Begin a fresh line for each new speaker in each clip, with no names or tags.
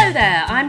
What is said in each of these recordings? I'm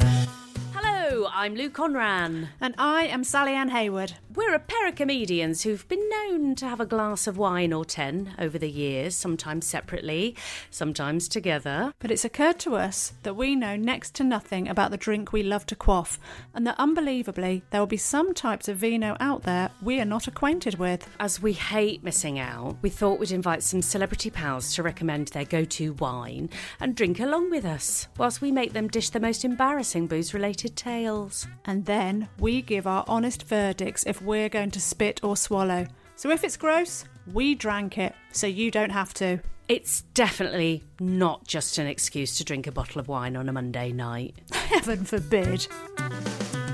Hello, I'm Lou Conran.
And I am Sally Ann Hayward.
We're a pair of comedians who've been known to have a glass of wine or 10 over the years, sometimes separately, sometimes together.
But it's occurred to us that we know next to nothing about the drink we love to quaff, and that unbelievably, there will be some types of vino out there we are not acquainted with.
As we hate missing out, we thought we'd invite some celebrity pals to recommend their go to wine and drink along with us, whilst we make them dish the most embarrassing booze related tales.
And then we give our honest verdicts if we're going to spit or swallow. So if it's gross, we drank it, so you don't have to.
It's definitely not just an excuse to drink a bottle of wine on a Monday night.
Heaven forbid.
Look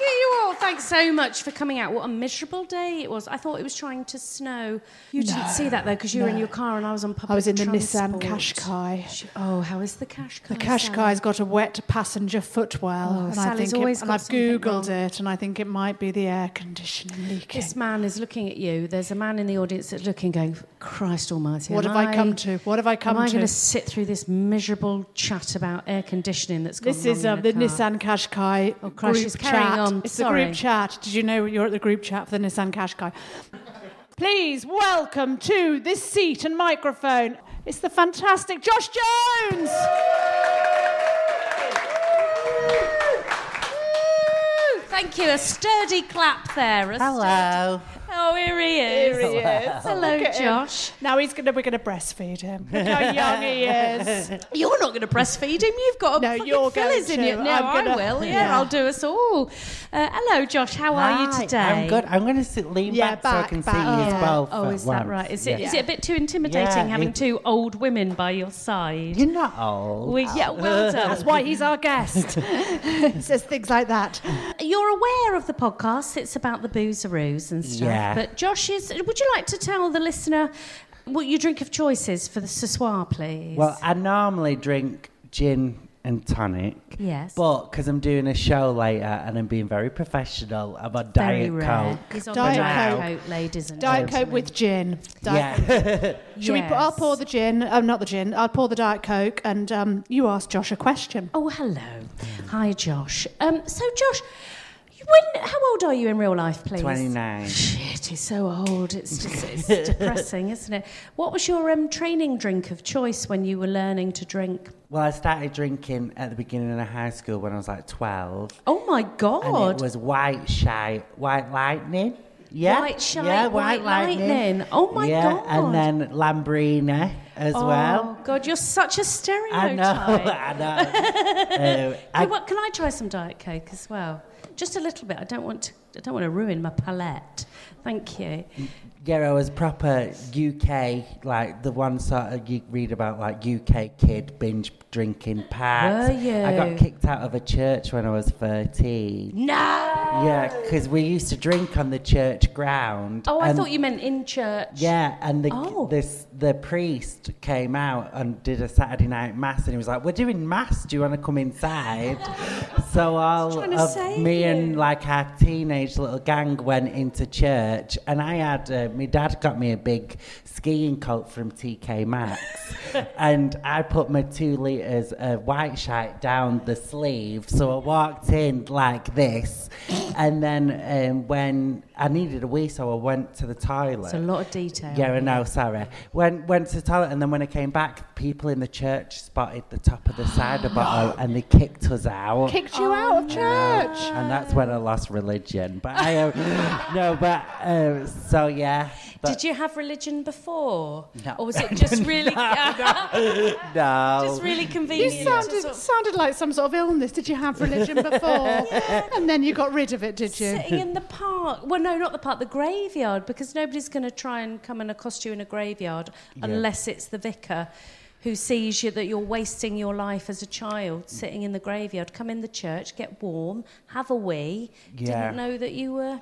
at you all. Thanks so much for coming out. What a miserable day it was. I thought it was trying to snow. You didn't see that though because you were in your car and I was on public
I was in the
transport.
Nissan Qashqai.
She- Oh, how is the Qashqai?
The Qashqai's got a wet passenger footwell,
um, Oh,
and I
Sally's
think it-
always
and
got
I've
something
googled
wrong.
it, and I think it might be the air conditioning leaking.
This man is looking at you. There's a man in the audience that's looking, going, "Christ Almighty!"
What
am
have I come to? What have I come
am I
to?
going to sit through this miserable chat about air conditioning that's gone
This is
wrong
uh,
in a
the
car?
Nissan Qashqai
Oh, Christ,
group
she's carrying
chat.
on.
It's
Sorry.
the group chat. Did you know you're at the group chat for the Nissan Qashqai? Please welcome to this seat and microphone. It's the fantastic Josh Jones.
Woo! Oh, Thank you. A sturdy clap there. A
Hello.
sturdy- Oh, here he is.
Here he is.
Hello,
Look at him.
Josh.
Now he's gonna we're gonna breastfeed him. Look how young he is.
You're not going to breastfeed him. You've got a
No,
fucking
you're going
fillers in
to.
you. No,
I'm
I
gonna-
will. Yeah,
Yeah.
I'll do us all. Uh, hello, Josh. How are you
Hi,
today?
I'm good. I'm going to sit, lean
Yeah,
back, so I
back,
can
back.
see you
Yeah.
as well.
Oh, is that right? Is it, is it a bit too intimidating
Yeah,
having
it-
two old women by your side?
You're not old.
We, yeah, well done.
That's why he's our guest. he says things like that.
You're aware of the podcast. It's about the boozeroos and stuff.
Yeah.
But Josh is. Would you like to tell the listener what your drink of choice is for the sassoir, please?
Well, I normally drink gin and tonic.
Yes.
But because I'm doing a show later and I'm being very professional, I'm
very
on Diet
rare.
Coke.
He's on
Diet
the Diet
Coke.
Coke, ladies and
Diet Coke
gentlemen.
with gin. Diet
yeah.
Should we? Put, I'll pour the gin. Oh, not the gin. I'll pour the diet coke, and um, you ask Josh a question.
Oh, hello. Hi, Josh. Um, so, Josh, you- when how old are you in real life, please?
29.
Shit, he's so old. It's just it's depressing, isn't it? What was your um, training drink of choice when you were learning to drink?
Well, I started drinking at the beginning of high school when I was like 12.
Oh my
And
God!
it was white shy, white lightning. Yeah.
White Shy,
yeah,
White Lightning. Oh my
yeah,
God.
And then Lambrina as
oh
well.
God, you're such a
I
stereotype.
know, I know. Um, I-
Hey, what, can I try some diet coke as well? Just a little bit. I don't want to. I don't want to ruin my palette. Thank you.
yeah, I was proper UK, like the one sort of you read about, like UK kid binge drinking packs.
Were
I
you?
got kicked out of a church when I was 13.
No.
Yeah, because we used to drink on the church ground.
Oh, I
and-
thought you meant in church.
um, Yeah, and the
Oh.
this the priest came out and did a Saturday night mass, and he was like, "We're doing mass. Do you want to come inside?" So all
trying to
of
save
me
you.
and like our teenage little gang went into church, and I had uh, my dad got me a big skiing coat from TK Maxx, and I put my two liters of white shite down the sleeve. So I walked in like this, and then um, when I needed a wee, so I went to the toilet.
It's a lot of detail.
Yeah, I know, sorry. Went went to the toilet and then when I came back, people in the church spotted the top of the cider bottle and they kicked us out.
Kicked you out of church.
and that's when I lost religion. But I um, no, but um, so yeah. But
Did you have religion before?
No.
Or was it just really
no.
just really
You
convenient? to
sounded,
sort of
sounded like some sort of illness. Did you have religion before? And then you got rid of it, did you?
sitting in the park. Well, no, not the park, the graveyard, because nobody's going to try and come and accost you in a graveyard unless it's the vicar who sees you that you're wasting your life as a child sitting in the graveyard. Come in the church, get warm, have a wee.
Yeah.
Didn't know that you were.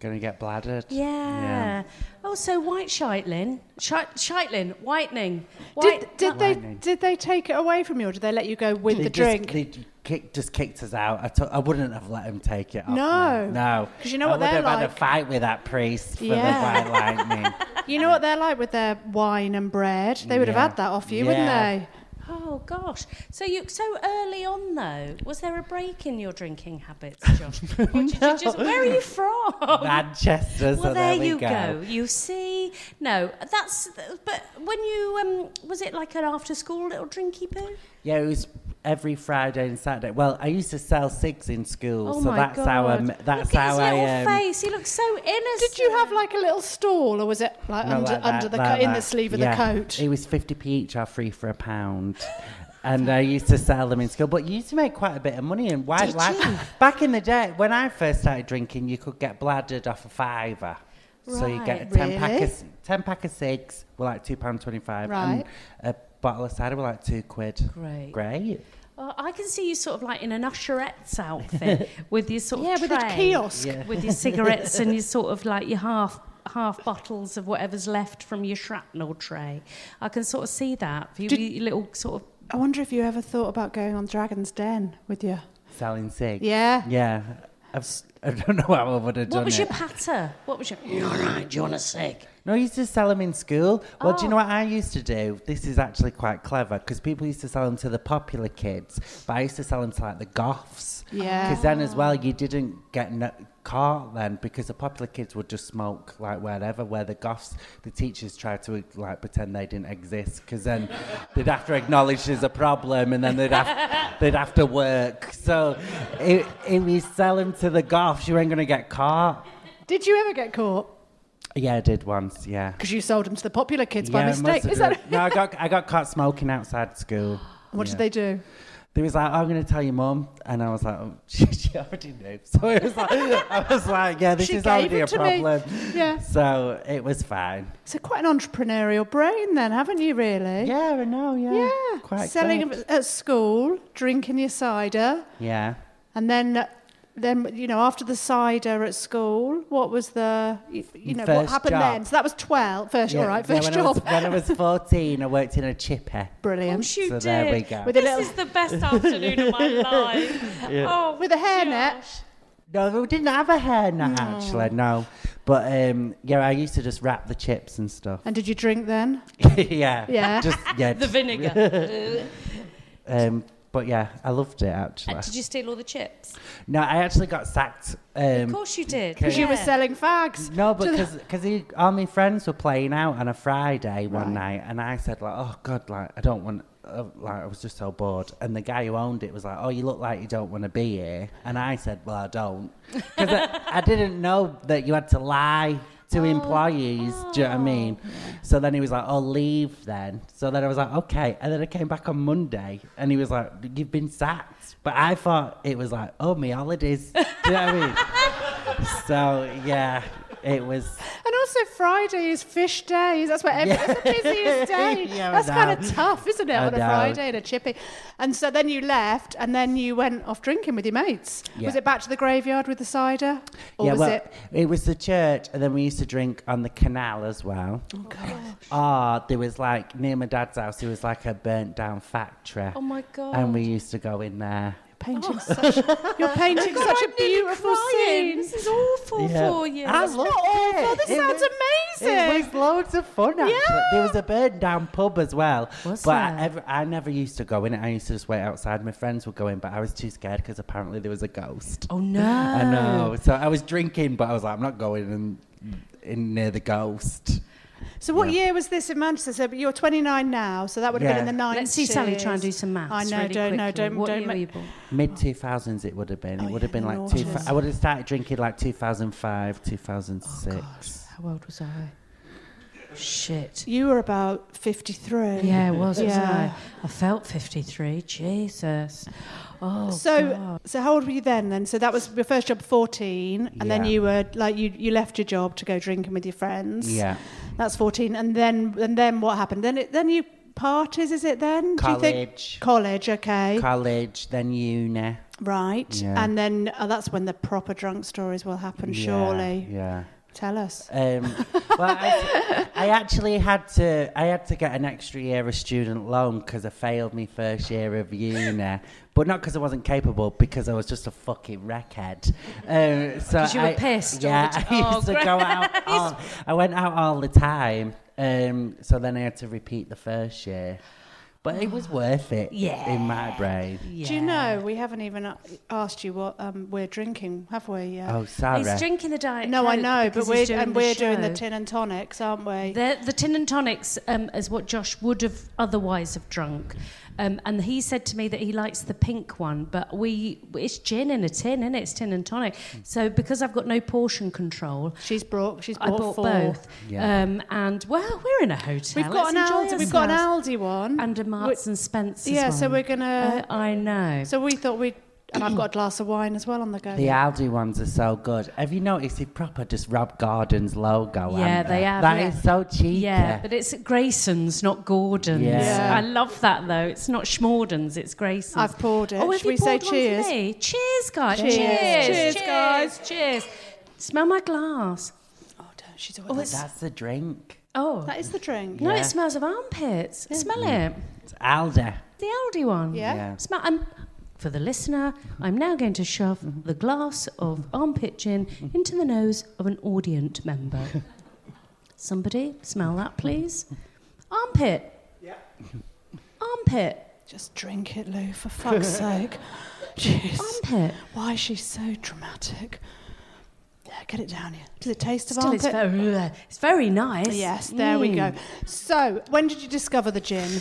Gonna get bladdered.
Yeah. Oh, Also, white shitelin. Shite, shitelin, whitening. White, uh,
Did, did they did they take it away from you, or did they let you go with
They
the
just,
drink?
They j- kick, just kicked us out. I, took, I wouldn't have let him take it off. me.
No.
No.
'Cause you know
I
what
would
they're
have had a
like.
fight with that priest for
Yeah.
the white lightning.
You know what they're like with their wine and bread. They would
Yeah.
have had that off you, wouldn't
Yeah.
they?
Oh gosh! So you so early on though, was there a break in your drinking habits, Josh? Or did you just, where are you from?
Manchester. so
well, there,
we
you go.
go.
You see, no, that's. But when you um, was it like an after-school little drinky poo?
Yeah, it was every Friday and Saturday. Well, I used to sell cigs in school,
Oh
so
my
that's
God.
how um, that's
Look at
how
his
I
little
um,
face. He looks so innocent.
Did you have like a little stall, or was it like
no,
under
like that,
under the
like
co- in the
that.
sleeve of
Yeah.
the coat?
It was fifty p each, or free for a pound. And I used to sell them in school, but you used to make quite a bit of money. And why?
Did
why-
you?
Back in the day, when I first started drinking, you could get bladdered off a fiver. so you get a
Right.
ten pack
Really?
of ten pack of cigs were like two pound twenty five,
Right.
and a bottle of cider were like two quid.
Great.
great.
Uh, I can see you sort of like in an usherette's outfit with your sort of
yeah, with a
tray.
kiosk.
with your cigarettes and your sort of like your half half bottles of whatever's left from your shrapnel tray. I can sort of see that. You,
Did-
you little sort of
I wonder if you ever thought about going on Dragon's Den with you.
selling cigs.
Yeah.
Yeah. I've, s- I don't know how I would have done
what was your
it.
patter? What was your? You're right. Do you want a cig?
no, I used to sell them in school. Well, do
Oh.
you know what I used to do? This is actually quite clever because people used to sell them to the popular kids, but I used to sell them to like the goths.
Yeah.
Because then as well, you didn't get no- caught then because the popular kids would just smoke like wherever, where the goths, the teachers tried to like pretend they didn't exist because then they'd have to acknowledge there's a problem and then they'd have, they'd have to work. So if, if you sell them to the goths, you ain't going to get caught.
Did you ever get caught?
Yeah, I did once. Yeah.
Because you sold them to the popular kids
Yeah,
by
I
mistake.
must have
Is that?
done- no, I got I got caught smoking outside school.
What did
Yeah.
they do?
They was like, "Oh, "I'm going to tell your mum," and I was like, oh, she, "She already knew." So it was like, I was like, "Yeah, this
She
is
gave
already
it
a
to me.
problem."
Yeah.
So it was fine.
So quite an entrepreneurial brain then, haven't you really?
Yeah, I know. Yeah,
Yeah.
quite
Selling
good.
at- at school, drinking your cider,
Yeah.
and then then you know after the cider at school, what was the you, you know what
First
happened
job.
then? So that was 12, first
yeah.
all right,
yeah,
first
when I was-
job.
when I was 14, I worked in a chipper.
Brilliant.
Gosh, you
so
did.
there we go.
With a
This
little-
is the best afternoon of my life. Oh,
With a hairnet.
gosh.
No, we didn't have a hairnet actually. No, but um, yeah, I used to just wrap the chips and stuff.
And did you drink then?
yeah.
Yeah.
Just yeah.
The vinegar.
um, but yeah, I loved it actually.
Uh, Did you steal all the chips?
No, I actually got sacked.
Of
Um,
course you did.
'Cause
Because you were
Yeah.
selling fags.
no, because because all my friends were playing out on a Friday one night, and I said like, "Oh God, like I don't want." Uh, like I was just so bored, and the guy who owned it was like, "Oh, you look like you don't want to be here," and I said, "Well, I don't," because I, I didn't know that you had to lie
Oh,
to employees. Do you know what I mean? So then he was like, "Oh, leave then." So then I was like, "Okay," and then I came back on Monday, and he was like, "You've been sacked," but I thought it was like, "Oh, my holidays." Do you know what I mean? So yeah, it was.
And also Friday is fish days. That's where every, that's the busiest day.
Yeah, I
that's kind
know.
of tough, isn't it?
I
on a
know.
Friday and a chippy. And so then you left, and then you went off drinking with your mates. Was
Yeah.
it back to the graveyard with the cider, or
yeah,
was
well,
it?
was the church, and then we used to drink on the canal as well.
Oh,
Ah, there was like near my dad's house. There was like a burnt down factory.
Oh, my
And we
God.
used to go in there.
painting such you're painting such a beautiful scene.
This is awful
Yeah.
for you.
I loved it.
awful. This
It
sounds
was-
amazing.
It was loads of fun. Actually.
Yeah.
There was a burned down pub as well.
Was
but I,
there?
ever, I never used to go in it. I used to just wait outside. My friends would go in, but I was too scared because apparently there was a ghost.
oh no.
I know. So I was drinking, but I was like, I'm not going in, in near the ghost.
So what year was this in Manchester? So you're 29 now, so that would have been in the 90s.
Let's see Sally try and do some maths.
I know,
really
don't know,
quickly.
don't-
What
don't
year
ma-
were you born?
Mid 2000s, it would have been. It
Oh, yeah,
would have been
the
like two.
noughties.
I would have started drinking like 2005,
Oh,
2006.
How old was I? Shit.
You were about 53.
Yeah, it was.
Yeah.
Yeah. I? I felt 53. Jesus. Oh,
So,
God.
so how old were you then? Then, so that was your first job, fourteen, and then
Yeah.
you were like you you left your job to go drinking with your friends.
Yeah.
that's fourteen, and then and then what happened? Then it, then you parties, is it? Then Do you
College.
think, college, okay,
College, then uni.
right,
Yeah.
and then oh, that's when the proper drunk stories will happen.
Yeah,
Surely,
Yeah.
tell us.
Um, well, I, I actually had to. I had to get an extra year of student loan because I failed my first year of uni, but not because I wasn't capable, because I was just a fucking wreckhead. Um, so
'Cause you were
I-
pissed all
Yeah,
the ti-
I
Oh,
used to
great.
go out. All, I went out all the time. Um, so then I had to repeat the first year, but it was worth it.
Yeah.
in my brain.
Do you know we haven't even a- asked you what um, we're drinking, have we? Yeah.
Oh, sorry.
He's drinking the diet.
no, I
Coke
know, but
because
we're
he's doing
and
the
we're doing the
show.
tin and tonics, aren't we?
The, the tin and tonics um, is what Josh would have otherwise have drunk, um, and he said to me that he likes the pink one, but we it's gin in a tin, and it's tin and tonic. So because I've got no portion control,
She's brought. She's
I
brought,
bought
four.
both.
Yeah.
Um, and well, we're in a hotel.
We've got an
Let's enjoy
Aldi. We've got an
ourselves.
Aldi one.
and a Marks and Spencer's.
yeah, so
one.
we're gonna.
Uh, I know.
so we thought we'd. And I've got a glass of wine as well on the go.
The Aldi ones are so good. Have you noticed they proper just Rob Gordon's logo?
Yeah,
haven't
they have,
That
yeah.
is so cheap.
yeah, but it's Grayson's, not Gordon's.
Yeah.
I love that though. It's not Schmorden's, it's Grayson's.
I've poured it.
Oh, have
Should we
you
say
poured one for
cheers?
me? Cheers, guys.
Cheers.
Cheers.
Cheers, guys.
Cheers. Smell my glass.
Oh, don't- she's
But
always.
that's the drink.
Oh.
that is the drink.
no,
Yeah.
it smells of armpits. Smell it.
It's Aldi.
The Aldi one.
Yeah.
Yeah.
Smell. i for the listener, I'm now going to shove
Mm-hmm.
the glass of armpit gin into the nose of an audience member. Somebody smell that, please. Armpit. Yeah. Armpit.
Just drink it, Lou. For fuck's sake. Jeez.
Armpit.
Why is she so dramatic? Yeah, get it down here. Does it taste of
Still,
armpit?
it's very, uh, it's very nice.
yes. There we
Mm.
go. So, when did you discover the gin?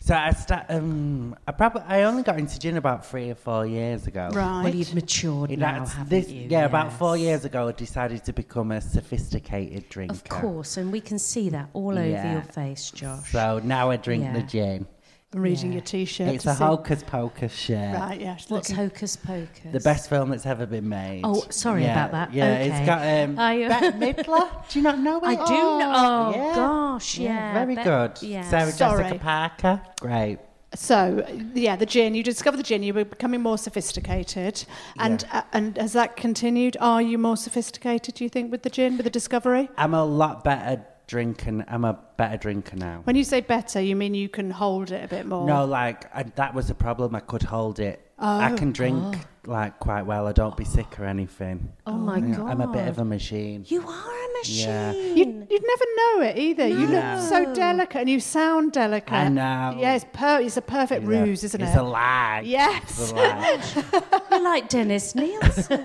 So I sta- um, I probably I only got into gin about three or four years ago.
Right.
Well, you've matured
It-
now,
that's
haven't
this-
you?
yeah, about four
Yes.
years ago, I decided to become a sophisticated drinker.
Of course, and we can see that all over
Yeah.
your face, Josh.
So now I drink the
Yeah.
gin.
I'm reading
Yeah.
your T-shirt.
It's
to
a
see-
hocus pocus shirt.
Right. Yeah. she's
What's
looking-
hocus pocus?
The best film that's ever been made.
Oh, sorry
Yeah,
about that.
Yeah,
Okay.
it's got um,
I- uh,
Bette Midler. Do you not know it?
I do know. Oh,
yeah.
gosh, yeah.
very
But-
good.
Yeah.
Sarah
Sorry.
Jessica Parker. Great.
So yeah, the gin. You discover the gin. You were becoming more sophisticated, and uh, and has that continued? Are you more sophisticated? Do you think with the gin, with the discovery?
I'm a lot better drinking. I'm a better drinker now.
When you say better, you mean you can hold it a bit more.
No, like I, that was a problem. I could hold it.
Oh,
I can drink like quite well. I don't be sick or anything.
Oh my
Yeah,
god.
I'm a bit of a machine.
You are a machine.
Yeah.
You, you'd never know it either. You look so delicate, and you sound delicate.
I know.
Yeah, it's per- it's a perfect ruse, isn't
it's
it?
a lie.
Yes.
It's a lie.
You're like Dennis Nielsen.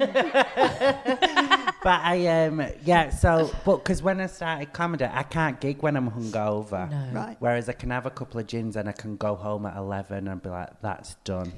but I um yeah. So but because when I started comedy, I can't gig when I'm hungover.
No.
Right.
Whereas I can have a couple of gins and I can go home at eleven and be like, that's done.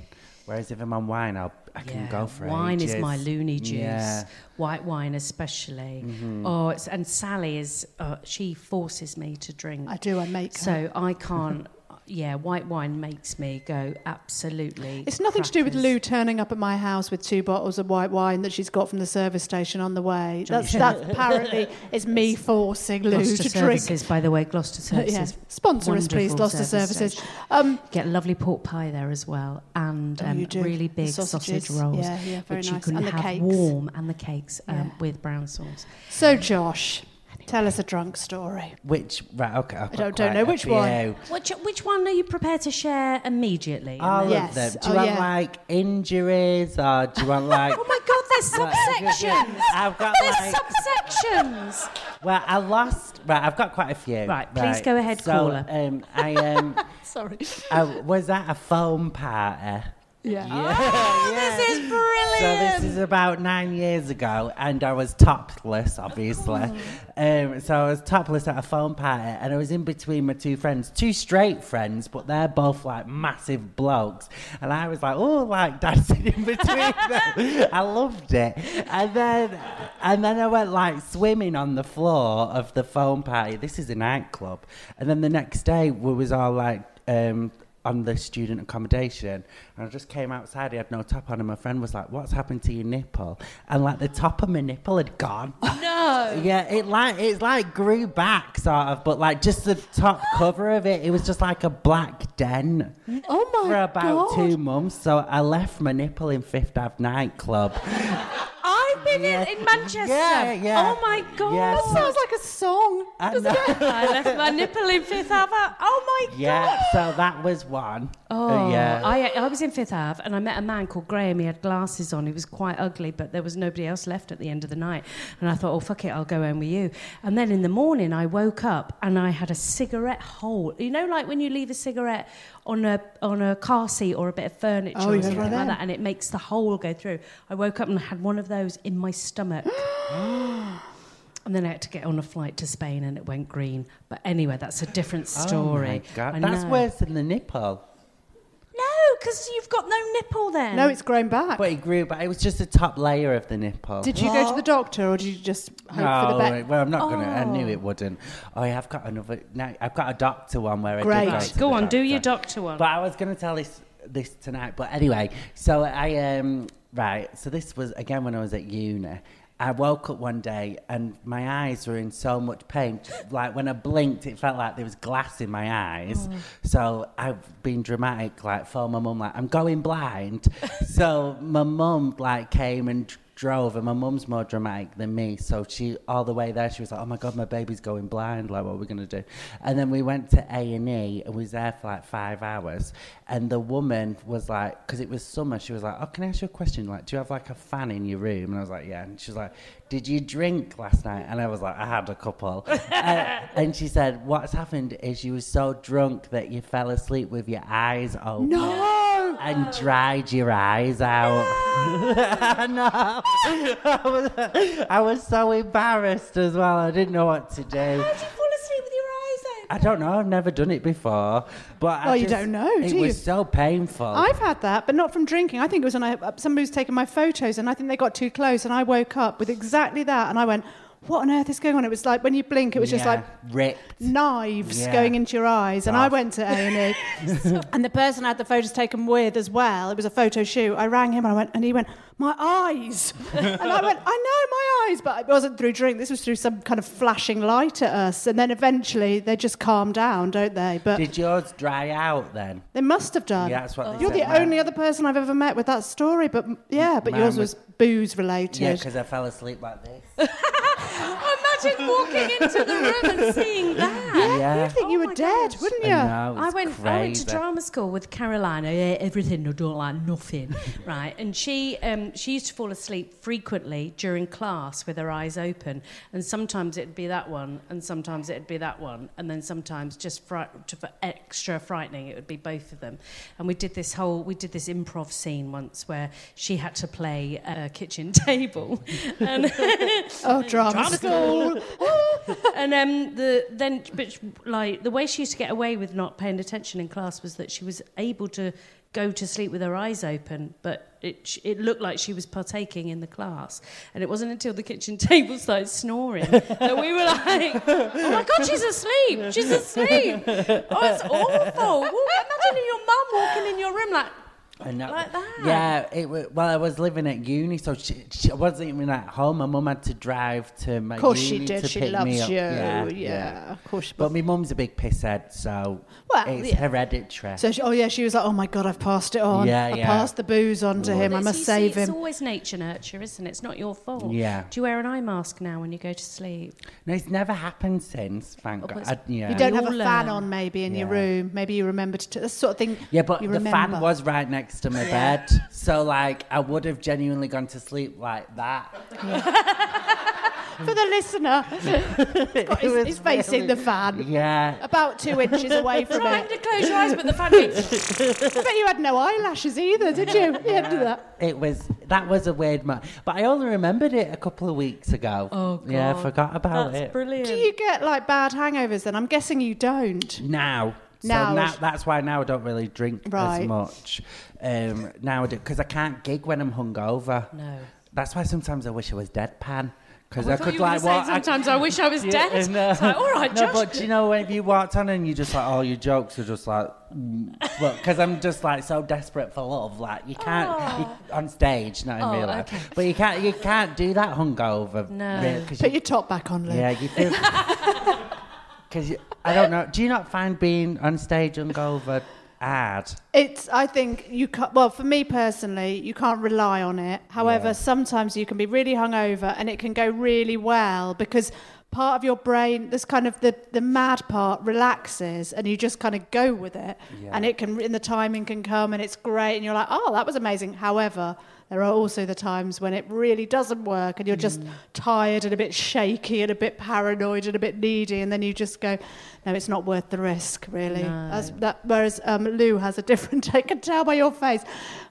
Whereas if I'm on wine, I'll, I can
Yeah,
go for
wine is
ages.
my loony juice.
Yeah. Mm-hmm.
White wine, especially. Oh, it's, and Sally is. Uh, she forces me to drink.
I do. I make. her.
So I can't. yeah, white wine makes me go absolutely.
It's nothing to do with
crackers.
Lou turning up at my house with two bottles of white wine that she's got from the service station on the way. That's, that's apparently it's me forcing Lou
Gloucester
to drink.
Services, by the way, Gloucester Services.
Yeah. Sponsor us, please,
Wonderful
Gloucester
service
Services.
station.
Um,
Get lovely pork pie there as well, and
Oh,
um,
you do.
really
The
big
sausages.
sausage rolls,
Yeah, yeah, very
which you
nice.
can
And the
have
cakes.
warm, and the cakes um,
Yeah.
with brown sauce.
so, Josh, Tell us a drunk story.
Which right? Okay,
I
I've got
don't- don't
quite
know
a
which one.
few.
Which which one are you prepared to share immediately?
All
Yes.
of them. Do
Oh,
you want
yeah.
like injuries or do you want like?
Oh my god, there's
Right, if you-
subsections.
I've got
There's
like.
subsections.
well, I lost. Right, I've got quite a few.
Right, please go ahead,
so,
caller.
Um, I um,
Sorry.
I was at a foam party.
Yeah.
This is
So
brilliant.
this is about nine years ago, and I was topless, obviously. Um, so I was topless at a phone party, and I was in between my two friends, two straight friends, but they're both like massive blokes, and I was like, oh, like dancing in between them. I loved it, and then and then I went like swimming on the floor of the phone party. This is a nightclub, and then the next day we was all like. Um, on the student accommodation and I just came outside, he had no top on and my friend was like, What's happened to your nipple? And like the top of my nipple had gone. No. yeah, it like it like grew back sort of, but like just the top cover of it, it was just like a black den.
Oh my
For about
God.
two months, so I left my nipple in Fifth Ave nightclub.
I've been in, in Manchester.
Yeah, yeah.
Oh my god.
Yeah,
That sounds like a song.
I
doesn't
know.
it?
I left my nipple in Fifth Ave. Oh my
Yeah, so that was one.
Oh,
Uh, yeah.
I, I was in Fifth Ave and I met a man called Graham. He had glasses on. He was quite ugly, but there was nobody else left at the end of the night. And I thought, oh, fuck it, I'll go home with you. And then in the morning, I woke up and I had a cigarette hole. You know, like when you leave a cigarette on a, on a car seat or a bit of furniture
Oh, yeah,
or something
one
like
of them.
that, and it makes the hole go through. I woke up and had one of those in my stomach. And then I had to get on a flight to Spain and it went green. But anyway, that's a different story.
Oh my
I
God. That's
know.
worse than the nipple.
No, because you've got no nipple then.
No, it's grown back.
But it grew, but it was just the top layer of the nipple.
Did you go to the doctor or did you just hope for the
wait,
best?
well, I'm not gonna. I knew it wouldn't. Oh, yeah, I've got another. Now I've got a doctor one where I
Great.
did go,
Right,
to
Go
the
on, do your
doctor.
doctor one.
But I was gonna tell this this tonight. But anyway, so I um right. So this was again when I was at uni. I woke up one day and my eyes were in so much pain. Like when I blinked, it felt like there was glass in my eyes.
Mm.
So I've been dramatic, like for my mum, like I'm going blind. so my mum like came and drove and my mum's more dramatic than me so she all the way there she was like oh my god my baby's going blind like what are we going to do and then we went to a&e and we was there for like five hours and the woman was like because it was summer she was like oh can i ask you a question like do you have like a fan in your room and i was like yeah and she was like did you drink last night and i was like i had a couple Uh, and she said what's happened is you were so drunk that you fell asleep with your eyes open
No!
and dried your eyes out. no. I, was, I was so embarrassed as well. I didn't know what to do.
How'd you fall asleep with your eyes open?
I don't know. I've never done it before. But
Well,
I
you
just-
don't know,
It
do you?
was so painful.
I've had that, but not from drinking. I think it was when I, uh, somebody was taking my photos and I think they got too close and I woke up with exactly that and I went, what on earth is going on? It was like when you blink, it was just
Yeah,
like
ripped.
knives
Yeah.
going into your eyes and I
Rough.
went to A&E and the person I had the photos taken with as well it was a photo shoot I rang him and I went and he went my eyes and I went I know my eyes but it wasn't through drink this was through some kind of flashing light at us and then eventually they just calm down don't they but
Did yours dry out then?
they must have done
Yeah, that's what they
you're
said.
the
Mine-
only other person I've ever met with that story but m- yeah but
Mine
yours was
was-
booze related
Yeah, because I fell asleep like this.
Imagine walking into the room and seeing that.
Yeah.
I think you
Oh
were
my
dead
gosh.
wouldn't
I
you
know, it
I
was
went, I went to
crazy.
drama school with Caroline. I hate everything. I don't like nothing, right? And she, um, she used to fall asleep frequently during class with her eyes open, and sometimes it'd be that one, and sometimes it'd be that one, and then sometimes just fri- to, for extra frightening, it would be both of them. And we did this whole, we did this improv scene once where she had to play a kitchen table, and.
oh drama, school
and um, the then, but like the way she used to get away with not paying attention in class was that she was able to go to sleep with her eyes open, but it it looked like she was partaking in the class. And it wasn't until the kitchen table started snoring that we were like, "Oh my god, she's asleep! She's asleep! Oh, it's awful! Well, imagine your mum walking in your room like."
And that,
Like that?
Yeah, it wa well, I was living at uni, so she, she wasn't even at home. My mum had to drive to my
Of course she
uni
did.
to
She
pick me
loves
up.
you.
Yeah,
Yeah, of course. She
But my mum's a big pisshead, so
Well,
it's
yeah.
hereditary.
so she, oh yeah, she was like, oh my god, I've passed it on.
Yeah,
I
yeah.
passed the booze on to him. I
It's-
must
you see,
save
It's
him.
always nature nurture, isn't it? It's not your fault.
Yeah.
Do you wear an eye mask now when you go to sleep?
no, it's never happened since. Thank
Oh,
God.
but-
I- yeah.
You don't
We
have a
all
fan
learn.
on maybe in your
Yeah.
room. Maybe you remember to t- this sort of thing.
Yeah, but
you
the
remember.
fan was right next to my bed, so like I would have genuinely gone to sleep like that.
for the listener. He's got his, he's facing the fan,
Yeah,
about two inches away from
Trying
it.
to close your eyes, but the fan goes,
I bet you had no eyelashes either, did you? You had that.
it was that was a weird moment, but I only remembered it a couple of weeks ago.
Oh, God.
yeah, I forgot about
That's
it.
brilliant.
Do you get like bad hangovers? Then I'm guessing you
Mm.
don't.
now.
Now
so now,
it's-
that's why now I don't really drink
Right.
as much. Um, now I do because I can't gig when I'm hungover.
No. Oh,
That's why sometimes I wish I was deadpan because
I
I
thought
could
you were gonna
like
say,
walk. I-
Sometimes I wish I was dead.
Yeah, no.
It's like, all right,
no,
Josh.
but do you know when you walked on and you just like all your jokes are just like, mm, look, because I'm just like so desperate for love, like you can't you- on stage, not in
Ah. Oh,
real life,
okay.
but you can't you can't do that hungover.
No.
really, 'cause
Put
you-
your top back on, Lou.
yeah, you feel. Because I don't know. Do you not find being on stage hungover hard?
It's. I think you can't. Well, for me personally, you can't rely on it. However,
Yeah.
sometimes you can be really hungover, and it can go really well because part of your brain, this kind of the the mad part, relaxes, and you just kind of go with it,
Yeah.
and it can and the timing can come, and it's great, and you're like, oh, that was amazing. However. There are also the times when it really doesn't work and you're just
Mm.
tired and a bit shaky and a bit paranoid and a bit needy and then you just go no it's not worth the risk really That's, that, whereas um, Lou has a different I can tell by your face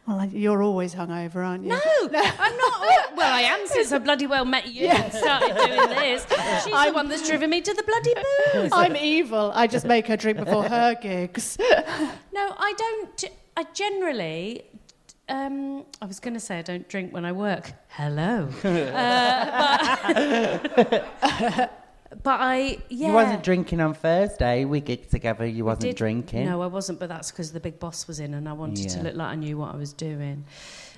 well like, you're always hungover aren't you
No, I'm not. Well, I am since I bloody well met you and started doing this. She's the one that's driven me to the bloody booze.
I'm evil I just make her drink before her gigs
No, I don't. I generally. Um, I was going to say I don't drink when I work. Hello. Uh, but, but I, yeah.
You wasn't drinking on Thursday. We gigged together. You wasn't
Did-
drinking.
No, I wasn't, but that's because the big boss was in and I wanted to
Yeah. Mm-hmm.
look like I knew what I was doing.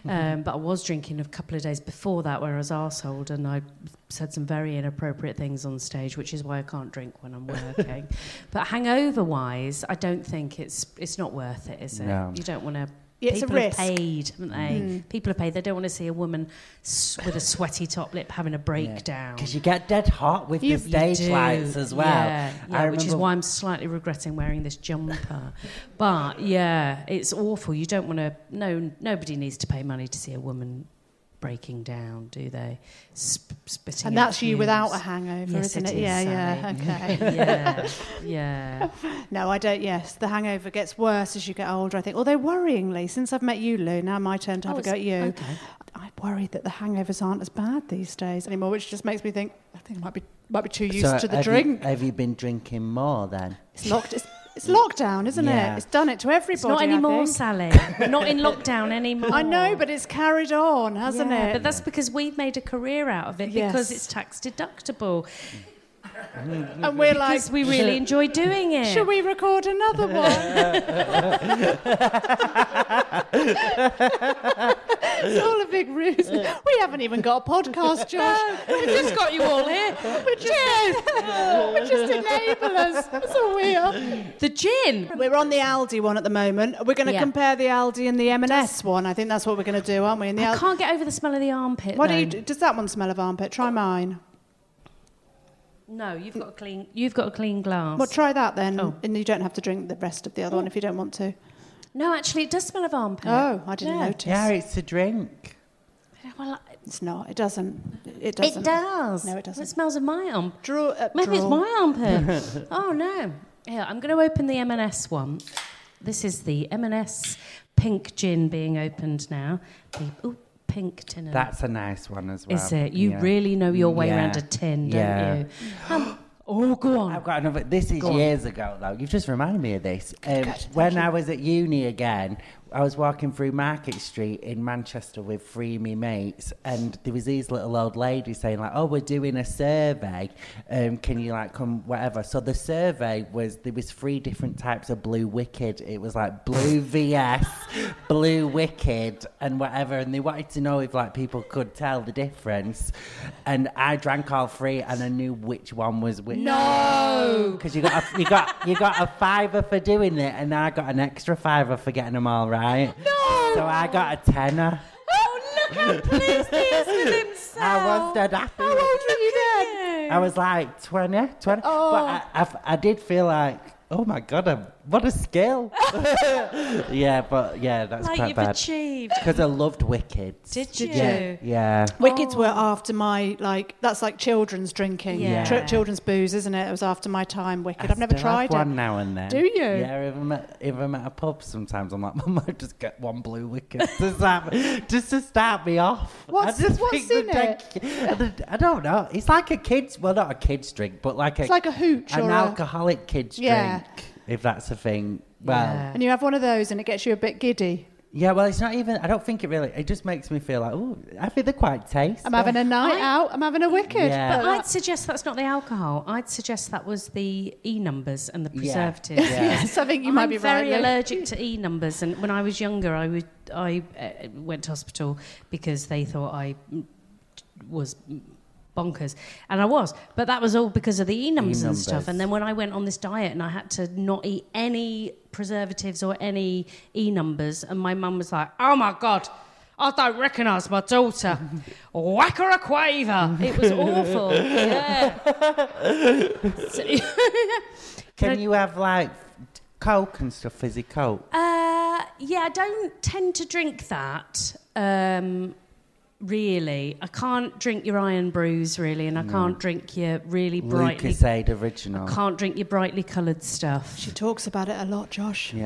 Um, but I was drinking a couple of days before that where I was arsehole and I said some very inappropriate things on stage, which is why I can't drink when I'm working. but hangover wise, I don't think it's it's not worth it, is it?
No.
You don't want to.
Yeah, it's a
People have
risk. Mm-hmm.
paid, haven't they? People have paid. They don't want to see a woman s- with a sweaty top lip having a breakdown.
Because you get dead hot with
You
the stage
do.
lights as well.
Yeah, yeah,
I
which is
remember-
why I'm slightly regretting wearing this jumper. but yeah, it's awful. You don't want to. No, nobody needs to pay money to see a woman breaking down, do they? Sp- spitting.
and
out
that's you without a
fumes.
hangover
Yes,
isn't
it
it,
is,
yeah
Sally.
yeah okay
yeah, yeah.
No, I don't. Yes, the hangover gets worse as you get older. I think, although worryingly, since I've met you, Lou, now my turn to have
Oh,
a go
it's-
at you.
okay.
I worry that the hangovers aren't as bad these days anymore, which just makes me think I think I might be might be too used
So
to the
have you-
drink.
have you been drinking more then?
it's locked. It's, it's lockdown, isn't
Yeah.
it? It's done it to everybody.
It's not
I
anymore,
think.
Sally. We're not in lockdown anymore.
I know, but it's carried on, hasn't
Yeah,
it?
But that's because we've made a career out of it
Yes.
because it's tax deductible.
and we're like,
Because we really enjoy doing it.
should we record another one? it's all a big ruse. We haven't even got a podcast, Josh.
We've just got you all here.
We're just, we're just enablers. That's all we are.
The gin.
We're on the Aldi one at the moment. We're going to
Yeah.
compare the Aldi and the M&S one. I think that's what we're going to do, aren't we? And the
I
Aldi.
can't get over the smell of the armpit.
What do
though.
you? Does that one smell of armpit? Try mine.
No, you've got a clean. You've got a clean glass.
Well, try that then,
Oh.
and you don't have to drink the rest of the other one if you don't want to.
no, actually, it does smell of armpit.
Oh, I didn't
Yeah.
notice.
Yeah, it's a drink.
Well, I-
It's not. It doesn't. It
it,
doesn't.
does.
No, it
It
doesn't.
smells of my arm.
Draw. up.
Maybe it's my armpit. oh no. Here, I'm going to open the M&S one. This is the M&S pink gin being opened now. The ooh, pink tin. and-
That's a nice one as well.
Is it? You
Yeah.
really know your way
Yeah.
around a tin, don't
Yeah.
you? Um, oh, go on.
I've got another. This is
Go on.
years ago, though. You've just reminded me of this. Um, when I was at uni again, I was walking through Market Street in Manchester with three of my mates, and there was these little old ladies saying like, "Oh, we're doing a survey. Um, can you like come whatever?" So the survey was there was three different types of blue wicked. It was like blue vs, blue wicked, and whatever. And they wanted to know if like people could tell the difference. And I drank all three, and I knew which one was which. No, because you got a, you got you got a fiver for doing it, and I got an extra fiver for getting them all right. No, so I got a tenner.
Oh, look how pleased he is with himself.
I was dead happy.
How old were you then? Oh.
I was like 20, 20. But I, I f- I did feel like, oh my God, I'm, what a skill. yeah, but yeah, that's
like
quite
you've
bad.
achieved.
Because I loved Wicked.
Did you?
Yeah. yeah.
Wickeds were after my like that's like children's drinking,
Yeah.
Chil- children's booze, isn't it? It was after my time. Wicked.
I
I've never
still have
tried it.
one now and then.
Do you?
Yeah, if I'm at, if I'm at a pub sometimes, I'm like, Mum, I might just get one blue wicket to start, just to start me off.
What's-
I just
what's
think
in
the drink- I don't know. It's like a kid's, well, not a kid's drink, but like a,
It's like a hooch
an
or a-
alcoholic kid's
Yeah.
drink, if that's a thing. Well,
Uh,
yeah.
And you have one of those, and it gets you a bit giddy.
well, it's not even, I don't think it really, it just makes me feel like, oh, I think they're quite tasty.
I'm having a night
I-
out. I'm having a wicked.
Yeah.
But I'd suggest that's not the alcohol. I'd suggest that was the E numbers and the preservatives.
Yeah.
yes, I think you
I'm
might be right.
very
Lou.
allergic to E numbers, and when I was younger, I would I uh, went to hospital because they thought I mm, was mm, bonkers, and I was. But that was all because of the E numbers and stuff.
numbers.
And then when I went on this diet, and I had to not eat any preservatives or any E numbers, and my mum was like, "Oh my god." I don't recognise my daughter. Whack her a quaver. It was awful. Yeah. So-
Can you have like Coke and stuff, fizzy Coke?
Uh, yeah, I don't tend to drink that. Um, really, I can't drink your iron brews really, and I can't drink your really brightly.
Lucasade original.
Can't drink your brightly coloured stuff
She talks about it a lot, Josh.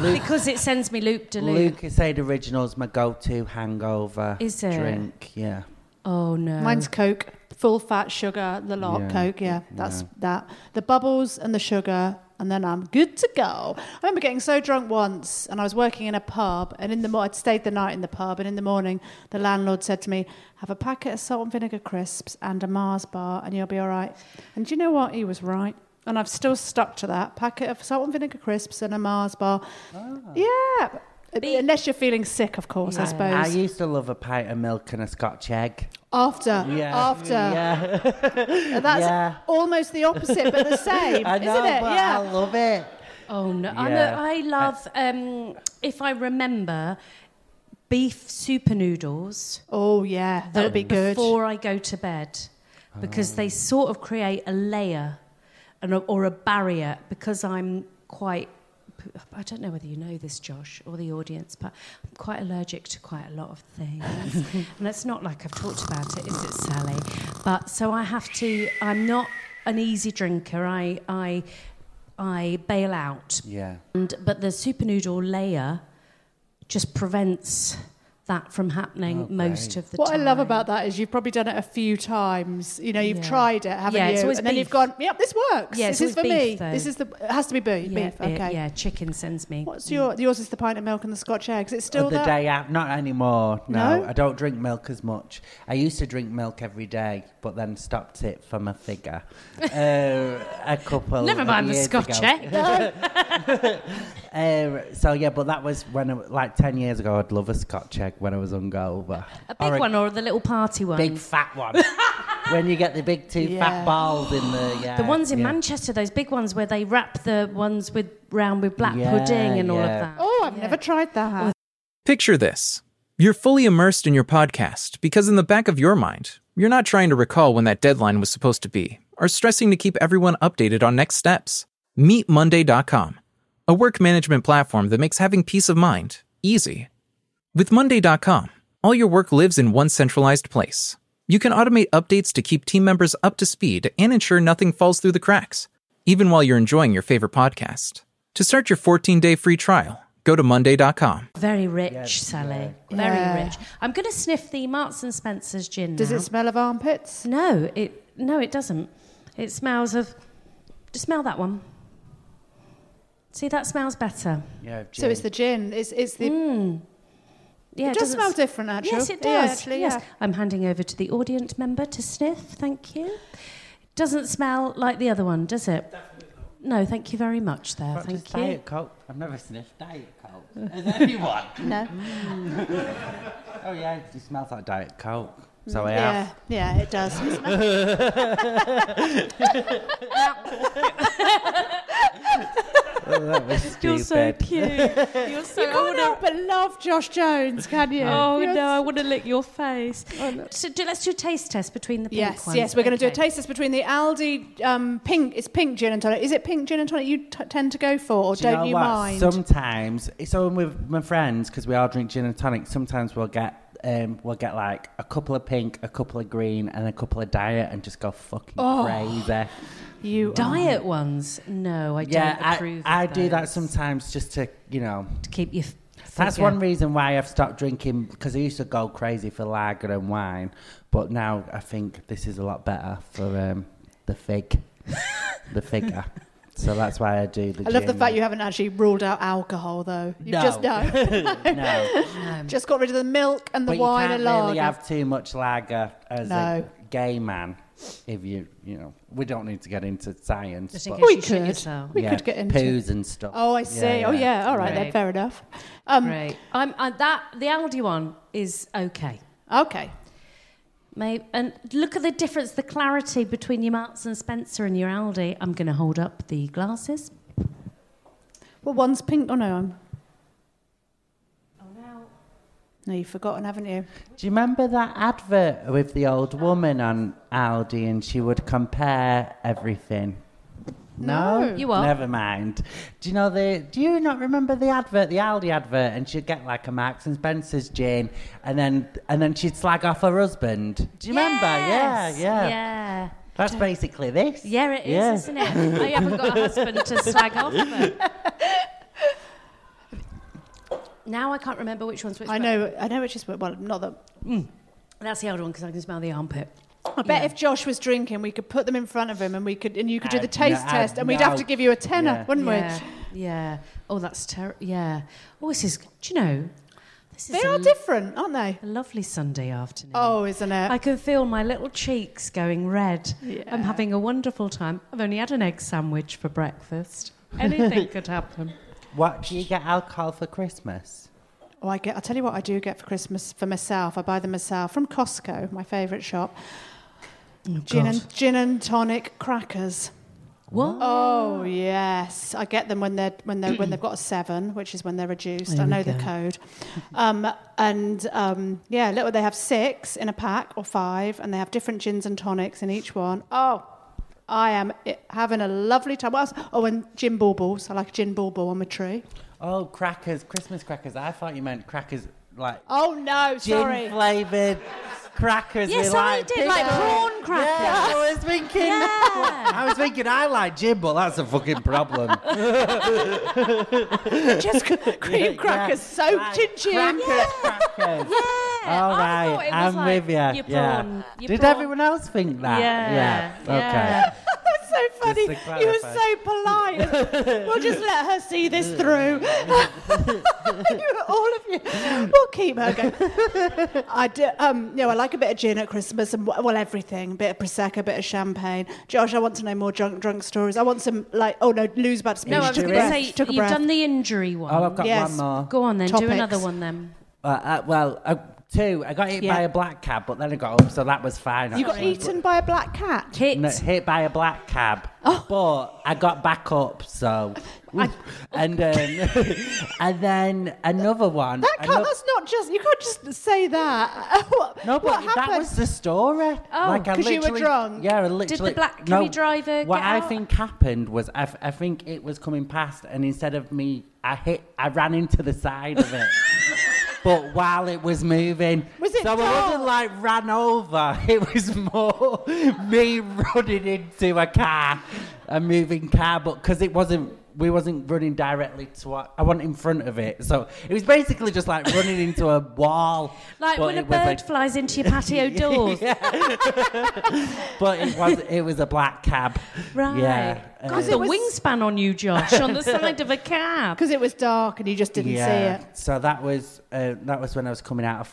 Yeah,
because it sends me loop de loop.
Lucasade Original's my go-to hangover
Is it?
drink. Yeah,
Oh no,
Mine's Coke, full fat sugar, the lot.
Um, Yeah.
Coke, yeah, that's that. The bubbles and the sugar, and then I'm good to go. I remember getting so drunk once, and I was working in a pub, and in the mo- I'd stayed the night in the pub, and in the morning, the landlord said to me, "Have a packet of salt and vinegar crisps and a Mars bar, and you'll be all right." And do you know what? He was right. And I've still stuck to that packet of salt and vinegar crisps and a Mars bar.
Ah.
Yeah. Unless you're feeling sick, of course, I suppose.
I used to love a pint of milk and a Scotch egg.
after,
Yeah,
after.
Yeah,
And that's
Yeah.
almost the opposite, but the same,
I know,
isn't it?
but I
Yeah.
love it.
oh no. I'm
Yeah.
a, I love. Um, if I remember, beef super noodles.
Oh yeah, that would be good. Ah.
before I go to bed because they sort of create a layer and a, or a barrier because I'm quite I don't know whether you know this, Josh, or the audience, but I'm quite allergic to quite a lot of things. and it's not like I've talked about it, is it, Sally? But so I have to, I'm not an easy drinker. I, I, I bail out
Yeah,
and, but the super noodle layer just prevents that from happening
Oh,
most of the
What I
time.
love about that is you've probably done it a few times. You know, you've
Yeah.
tried it, haven't
Yeah,
you?
it's always
and then you've
beef.
gone, yep, this works.
Yeah, it's
this is for
always
me.
beef, though.
This is the it has to be beef.
yeah,
beef.
it-
Okay.
yeah, chicken sends me.
What's your yours is the pint of milk and the Scotch eggs. It's still
the
that.
day out, not anymore. No,
No?
I don't drink milk as much. I used to drink milk every day, but then stopped it for my figure. uh, a couple.
Never
of
mind the
years
scotch
ago.
eh?
egg.
Um, so yeah, but that was when, I, like ten years ago, I'd love a Scotch egg when I was hungover.
A big one or the little party one.
big fat one. when you get the big two
Yeah.
fat balls in the yeah,
the ones in
yeah.
Manchester, those big ones where they wrap the ones with round with black
Yeah,
pudding and all of
yeah.
that.
Oh, I've never tried that.
Picture this. You're fully immersed in your podcast because, in the back of your mind, you're not trying to recall when that deadline was supposed to be or stressing to keep everyone updated on next steps. Meet Monday.com, a work management platform that makes having peace of mind easy. With Monday.com, all your work lives in one centralized place. You can automate updates to keep team members up to speed and ensure nothing falls through the cracks, even while you're enjoying your favorite podcast. To start your 14 day free trial, go to Monday.com.
Very rich, Sally. Very
Yeah.
rich. I'm going to sniff the Marks and Spencer's gin.
Does
now.
it smell of armpits?
No, it no, it doesn't. It smells of. Just smell that one. See, that smells better.
Yeah,
So it's the gin. It's it's the.
Yeah, Mm,
it does
doesn't
smell
s-
different, actually.
Yes, it does.
Yeah, actually,
yes.
yeah.
I'm handing over to the audience member to sniff. Thank you. It doesn't smell like the other one, does it? No, thank you very much there.
Not
thank
just
you.
Diet Coke. I've never sniffed Diet Coke. Has anyone?
No.
oh yeah, it smells like Diet Coke. So I
Yeah.
have.
Yeah, it does. It smells-
Oh, that was stupid.
You're so cute. You're so
you can't help but love Josh Jones, can you?
Oh
You're
no, I want to lick your face.
Oh,
So do, let's do a taste test between the pink
Yes,
ones.
yes, we're going to do a
Okay.
taste test between the Aldi um, pink. It's pink gin and tonic. Is it pink gin and tonic you t- tend to go for, or
Do
not
know
you
what?
mind?
Sometimes, so with my friends, because we all drink gin and tonic. Sometimes we'll get. Um, we'll get like a couple of pink, a couple of green, and a couple of diet, and just go fucking crazy.
you
Diet ones? No, I don't
Yeah, I,
approve.
I
of
do that
those.
sometimes just to you know.
to keep you.
That's one reason why I've stopped drinking because I used to go crazy for lager and wine, but now I think this is a lot better for um, the fig, the figure. So that's why I do the.
I love the
gin.
fact you haven't actually ruled out alcohol, though. You
No.
just no.
no,
just got rid of the milk and the
but you
wine
can't
and
really
lager.
have too much lager as
No.
a gay man. If you, you know, we don't need to get into science.
Just in
but-
case
We
you shit
could.
yourself.
We could get into-
poos and stuff.
Oh, I see. Oh, yeah. All right, then.
Right.
Fair enough. Um,
Great. I'm, I, that the Aldi one is okay.
okay.
May and look at the difference, the clarity between your Marks and Spencer and your Aldi. I'm going to hold up the glasses.
Well, one's pink. Oh, no. I'm... No, you've forgotten, haven't you?
Do you remember that advert with the old woman on Aldi and she would compare everything? No,
No.
You what?
Never mind. Do you know the? Do you not remember the advert, the Aldi advert? And she'd get like a Marks and Spencer's gin, and then and then she'd slag off her husband. Do you remember? Yeah,
Yes.
yeah.
yeah,
That's basically this.
yeah. It is,
Yeah.
isn't it? I haven't got a husband to slag off. But... Now I can't remember which one's which.
I
but
know. I know. It's just well, not that.
that's the Aldi one because I can smell the armpit.
I bet if Josh was drinking, we could put them in front of him, and we could, and you could do
I'd
the taste
kno- I'd
test, and we'd have
know.
to give you a tenner,
Yeah.
wouldn't
Yeah,
we?
yeah. Oh, that's terrible. Yeah. Oh, this is. Do you know? This is
They
a
are
lo-
different, aren't they?
a lovely Sunday afternoon.
Oh, isn't it?
I can feel my little cheeks going red. I'm having a wonderful time. I've only had an egg sandwich for breakfast. Anything could happen.
What do you get alcohol for Christmas?
Oh, I get. I tell you what, I do get for Christmas for myself. I buy them myself from Costco, my favourite shop.
Oh,
gin and gin and tonic crackers.
What?
Oh yes, I get them when they're when they are when they've got a seven, which is when they're reduced.
There
I
we
know the
go.
code. Um, and um, yeah, look, they have six in a pack or five, and they have different gins and tonics in each one. Oh. I am i- having a lovely time. What else? Oh, and gin baubles. I like a gin bauble on my tree.
Oh, crackers, Christmas crackers. I thought you meant crackers like
Oh no, sorry.
gin flavored crackers.
Yes,
with,
I
like,
did,
big
like
old-
prawn crackers.
Yeah, I was thinking. I was thinking I like gin, but that's a fucking problem.
Just cream crackers soaked in gin.
Crackers, crackers.
Yeah,
All
I thought
right,
it was
I'm
like
with you.
your
yeah.
prawn- your
Did
prawn-
everyone else think that?
Yeah,
Okay.
yeah.
That's so funny.
Just to
You were
clarify.
so polite. we'll just let her see this through. you were all of you. We'll keep her going. I do. Um, you know, I like a bit of gin at Christmas and well, everything. A bit of prosecco, a bit of champagne. Josh, I want to know more drunk drunk stories. I want some like oh no, lose bad speech.
No, I was
Took a
going to
breath.
say
Took a
you've
breath.
done the injury one.
Oh, I've got
Yes.
one more.
Go on then, do
Topics.
another one then.
Uh, uh, well, uh, two. I got hit by
Yeah.
a black cab, but then I got up, so that was fine.
you got
actually.
eaten by a black cat.
Hit.
No, hit by a black cab. But I got back up, so. and um, and then another one.
That cat.
ano-
That's not just. You can't just say that. what,
no, but
what happened?
that was the story.
Oh.
I
'Cause you were
literally-
drunk.
Yeah, I literally.
black cabby driver
What
get
I
out?
think happened was I, f- I think it was coming past, and instead of me, I hit. I ran into the side of it. But while it was moving,
Was it
so I wasn't
dark?
like ran over. It was more me running into a car, a moving car, but because it wasn't, we wasn't running directly to. What, I wasn't in front of it, so it was basically just like running into a wall.
Like
but
when a
it
bird
was, like-
flies into your patio doors.
but it was it was a black cab.
Right.
Yeah. uh,
There's a
it was-
wingspan on you, Josh, on the side of a cab.
Because it was dark and you just didn't see it.
So that was uh, that was when I was coming out of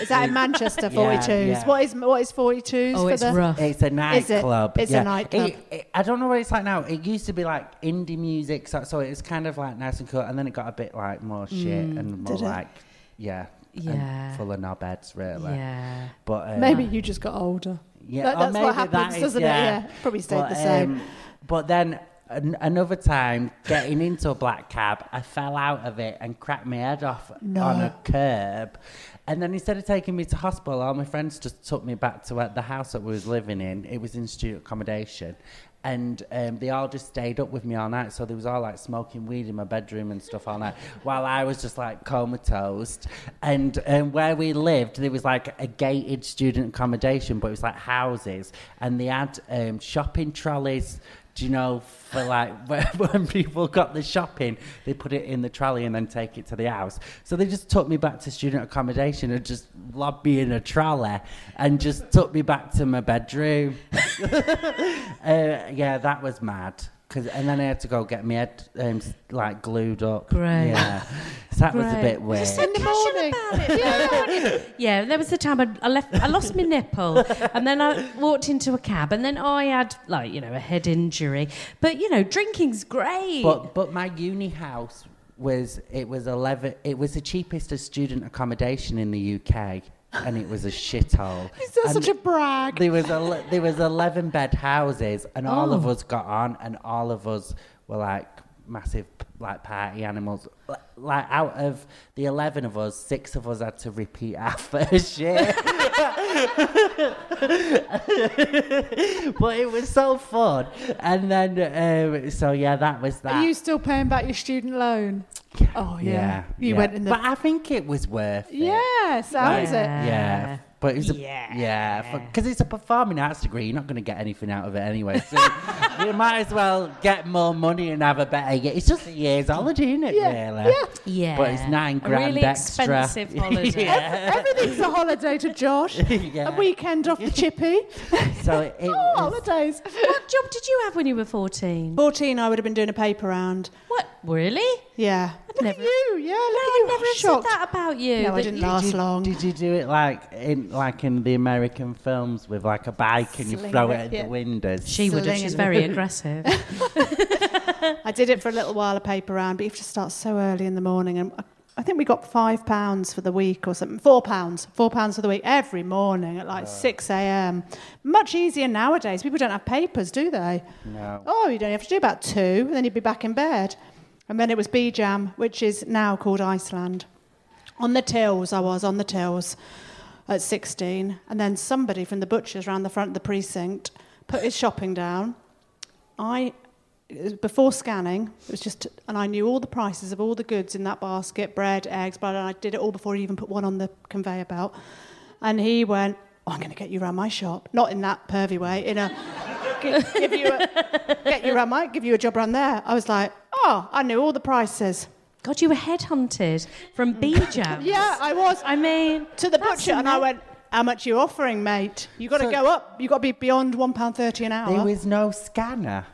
Is that in Manchester?
Yeah,
42s.
yeah.
What is what is 42s?
Oh,
for
it's
the,
rough.
It's a nightclub.
It's a nightclub.
It, it, I don't know what it's like now. It used to be like indie music, so, so it's kind of like nice and cool, and then it got a bit like more shit and more
Mm, did it?
like, yeah, and
Yeah.
full of knobheads, really.
Yeah.
But uh,
Maybe you just got older.
yeah,
That-
or
that's what
maybe that
happens,
is-
doesn't it? Yeah, probably stayed
But,
the same.
um, but then an- another time, getting into a black cab, I fell out of it and cracked my head off on a curb. And then instead of taking me to hospital, all my friends just took me back to uh, the house that we was living in. It was in student accommodation. And um, they all just stayed up with me all night. So they was all like smoking weed in my bedroom and stuff all night while I was just like comatose. And um, where we lived, there was like a gated student accommodation, but it was like houses. And they had um, shopping trolleys do you know, for like when- when people got the shopping, they put it in the trolley and then take it to the house. So they just took me back to student accommodation and just lobbed me in a trolley and just took me back to my bedroom. uh, yeah, that was mad. 'Cause- and then I had to go get my head um, s- like glued up.
Great.
Yeah. So that was a
Great.
bit weird.
In the morning.
Yeah, there was the time I, I left. I lost my nipple, and then I walked into a cab, and then I had like you know a head injury. But you know, drinking's great.
But but my uni house was it was eleven. It was the cheapest of student accommodation in the UK, and it was a shithole.
Is that
And
such a brag?
There was ele- there was eleven bed houses, and all
Oh.
of us got on, and all of us were like massive like party animals. Li- Like out of the eleven of us, six of us had to repeat our first year. but it was so fun, and then um, so yeah, that was that.
Are you still paying back your student loan? Oh yeah. You
yeah.
went in the.
But I think it was worth. it.
yeah, sounds
Yeah.
it.
But it's a,
Yeah.
yeah, because it's a performing arts degree. You're not going to get anything out of it anyway. So you might as well get more money and have a better year. It's just a year's holiday, isn't it?
Yeah,
Really.
yeah.
yeah,
But it's nine grand
a really
extra.
expensive holiday.
Everything's a holiday to Josh.
Yeah.
A weekend off the chippy.
So it, it
oh,
was-
holidays.
What job did you have when you were fourteen?
14, I would have been doing a paper round.
What really?
Yeah. Look
never-
at you. Yeah, look at you.
I never
I'm
said
shocked.
that about you.
No, I
that
didn't
you-
last
did,
long.
Did you do it like in like in the American films with like a bike and you
Sling
throw
it,
it at
yeah.
the windows?
She would have. She's very aggressive.
I did it for a little while, a paper round, but you have to start so early in the morning. And I- I think we got five pounds for the week or something. Four pounds. Four pounds for the week every morning at like 6 a.m. Much easier nowadays. People don't have papers, do they?
No.
Oh, you don't have to do about two, and then you'd be back in bed. And then it was B Jam, which is now called Iceland. On the tills, I was on the tills at 16. And then somebody from the butchers round the front of the precinct put his shopping down. I, it was before scanning, it was just, and I knew all the prices of all the goods in that basket bread, eggs, blah, blah, blah. I did it all before he even put one on the conveyor belt. And he went, oh, I'm going to get you round my shop. Not in that pervy way, in a, gi- give you a, get you round my, give you a job round there. I was like, oh, I knew all the prices.
God, you were headhunted from Bijam.
Yeah, I was.
I mean,
to the
that's
butcher, and I
ama-
went, "How much you offering, mate? You got to
So-
go up. You got to be beyond one pound thirty an hour."
There was no scanner.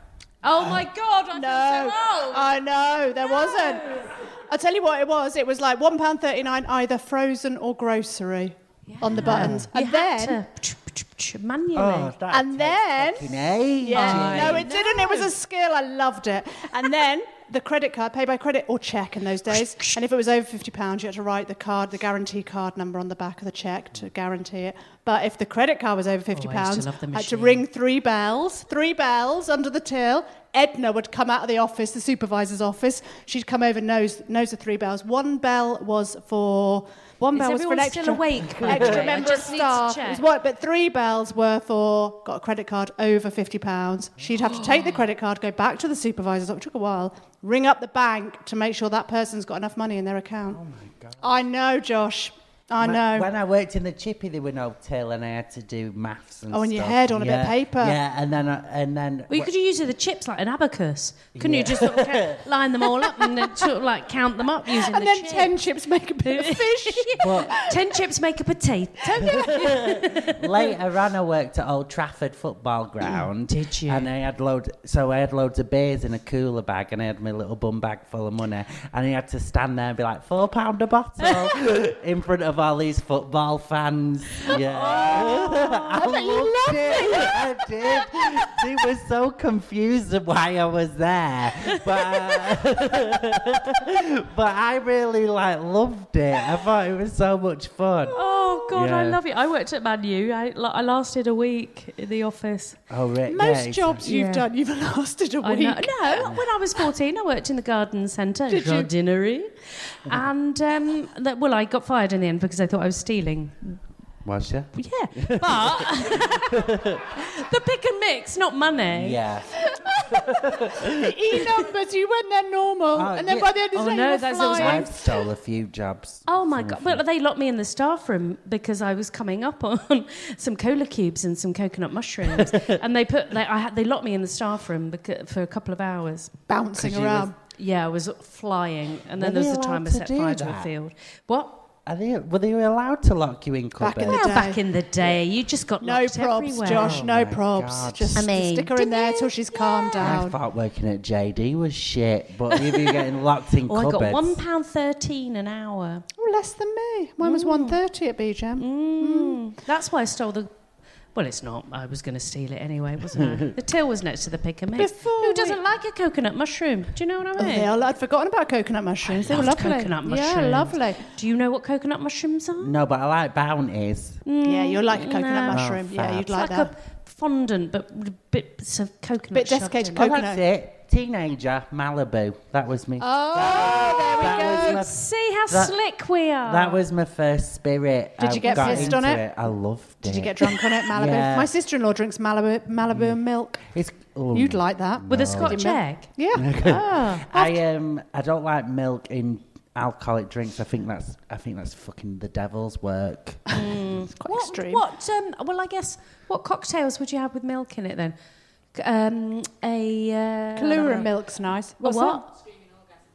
Oh my God, I
no,
feel so old.
I know there wasn't. I tell you what, it was. It was like one pound thirty nine, either frozen or grocery, on the buttons,
You
and
had
then.
to tch, tch, tch, manually.
that
And then-
takes Oh, fucking ages.
Yeah, no, it didn't. It was a skill. I loved it. And then the credit card, pay by credit or check in those days. And if it was over fifty pounds, you had to write the card, the guarantee card number on the back of the check to guarantee it. But if the credit card was over fifty
Oh, I used to
pounds,
love the
I had to
machine.
ring three bells, three bells under the till. Edna would come out of the office, the supervisor's office. She'd come over, nose nose the three bells. One bell was for one
Is
bell was for an
everyone still
extra
awake, by the way?
extra
I
member of
just need to
staff.
check.
It was one- but three bells were for got a credit card over fifty pounds. She'd have to take the credit card, go back to the supervisor's. It took a while. Ring up the bank to make sure that person's got enough money in their account. Oh my god! I know, Josh. I know.
When I worked in the chippy, there were no till, and I had to do maths and
Oh, and you
stuff.
had on a bit of
Yeah,
paper.
Yeah, and then I- and then
Well, you could use the chips like an abacus. Couldn't you just sort of ca- line them all up and then sort of like count them up using
and
the
then
chip?
10 chips make a bit of fish.
ten chips make a potato.
Later on, I worked at Old Trafford football ground.
Did you?
And I had load, so I had loads of beers in a cooler bag, and I had my little bum bag full of money, and I had to stand there and be like four pound a bottle in front of all these football fans. Yeah, I loved it. I did. They were so confused at why I was there, but uh, but I really like loved it. I thought it was so much fun.
Oh God, I
Yeah.
love it. I worked at Man U. I, like, I lasted a week in the office.
Oh, right, yeah,
Most
exactly.
jobs you've done, you've lasted a
I
week.
know. No, when I was 14, I worked in the garden centre,
Did you?
jardinery. And, um, that, well, I got fired in the end because I thought I was stealing.
Was she?
Yeah. But the pick and mix, not money.
Yeah.
E numbers, you went there normal,
Oh,
and then
yeah.
by the end of
Oh,
the day,
no,
you were
that's- that was
flying.
I've stole a few jobs.
Oh my god! Well, they locked me in the staff room because I was coming up on some cola cubes and some coconut mushrooms, and they put like I had they locked me in the staff room becau- for a couple of hours.
bouncing around.
Yeah, I was flying, and then
Were
there was
they
the time I
allowed to
set
do
fire to a
that?
field. What?
Are they, were they allowed to lock you in cupboard?
Back in the
Well,
day.
back in the day, you just got
No
locked
probs,
everywhere.
Josh,
Oh,
no
my
probs.
God.
Just
I mean,
stick her in there till she's calmed
I
down.
thought working at JD was shit, but if you're getting locked in
Oh, I
cupboards,
got one pound thirteen an hour.
Oh, less than me. Mine was 130 at BJM.
Mm. That's why I stole the. Well, it's not. I was going to steal it anyway, wasn't I? the till was next to the pick and mix.
Before
Who
we-
doesn't like a coconut mushroom? Do you know what I
Oh,
mean?
they are, I'd forgotten about coconut mushrooms. they were
loved
lovely.
coconut
Yeah,
mushrooms.
lovely.
Do you know what coconut mushrooms are?
No, but I like bounties.
Yeah, you're like a coconut
no.
mushroom. Mm. yeah,
fab.
you'd
It's
It's
like,
like,
that.
a fondant, but with a bit of coconut.
Bit
shoved
desiccated
in.
Oh,
Coconut.
that's it. Teenager, Malibu. That was me.
Oh, there we
that
go.
Was
See how
That-
slick we are.
my, that was my first spirit.
Did
I
you get
got
pissed on
into
it?
I loved it.
Did you get drunk on it, Malibu?
Yeah.
My sister-in-law drinks Malibu, Malibu milk.
It's, oh,
You'd like that.
with a Scotch
Didn't
egg.
Yeah. Ah.
I um I don't like milk in alcoholic drinks. I think that's I think that's fucking the devil's work.
It's quite
What?
extreme.
What? Um, well, I guess what cocktails would you have with milk in it then? C- Um, a uh,
Kalura milk's nice.
A
What's
what?
That?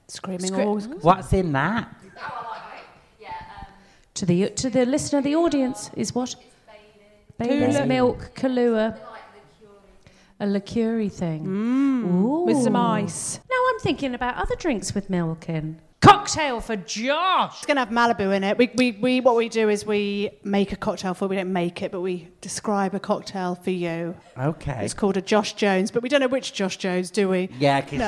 Screaming
Scri-
orgasm.
What's in that?
To the to the listener, the audience is what? Baileys,
Baileys.
milk, Kahlua. A liqueury thing. Ooh.
Mm. With some ice.
Now I'm thinking about other drinks with milk in. Cocktail for Josh.
It's going to have Malibu in it. We, we, we, what we do is we make a cocktail for We don't make it, but we describe a cocktail for you.
Okay.
It's called a Josh Jones, but we don't know which Josh Jones, do we?
Yeah, 'cause-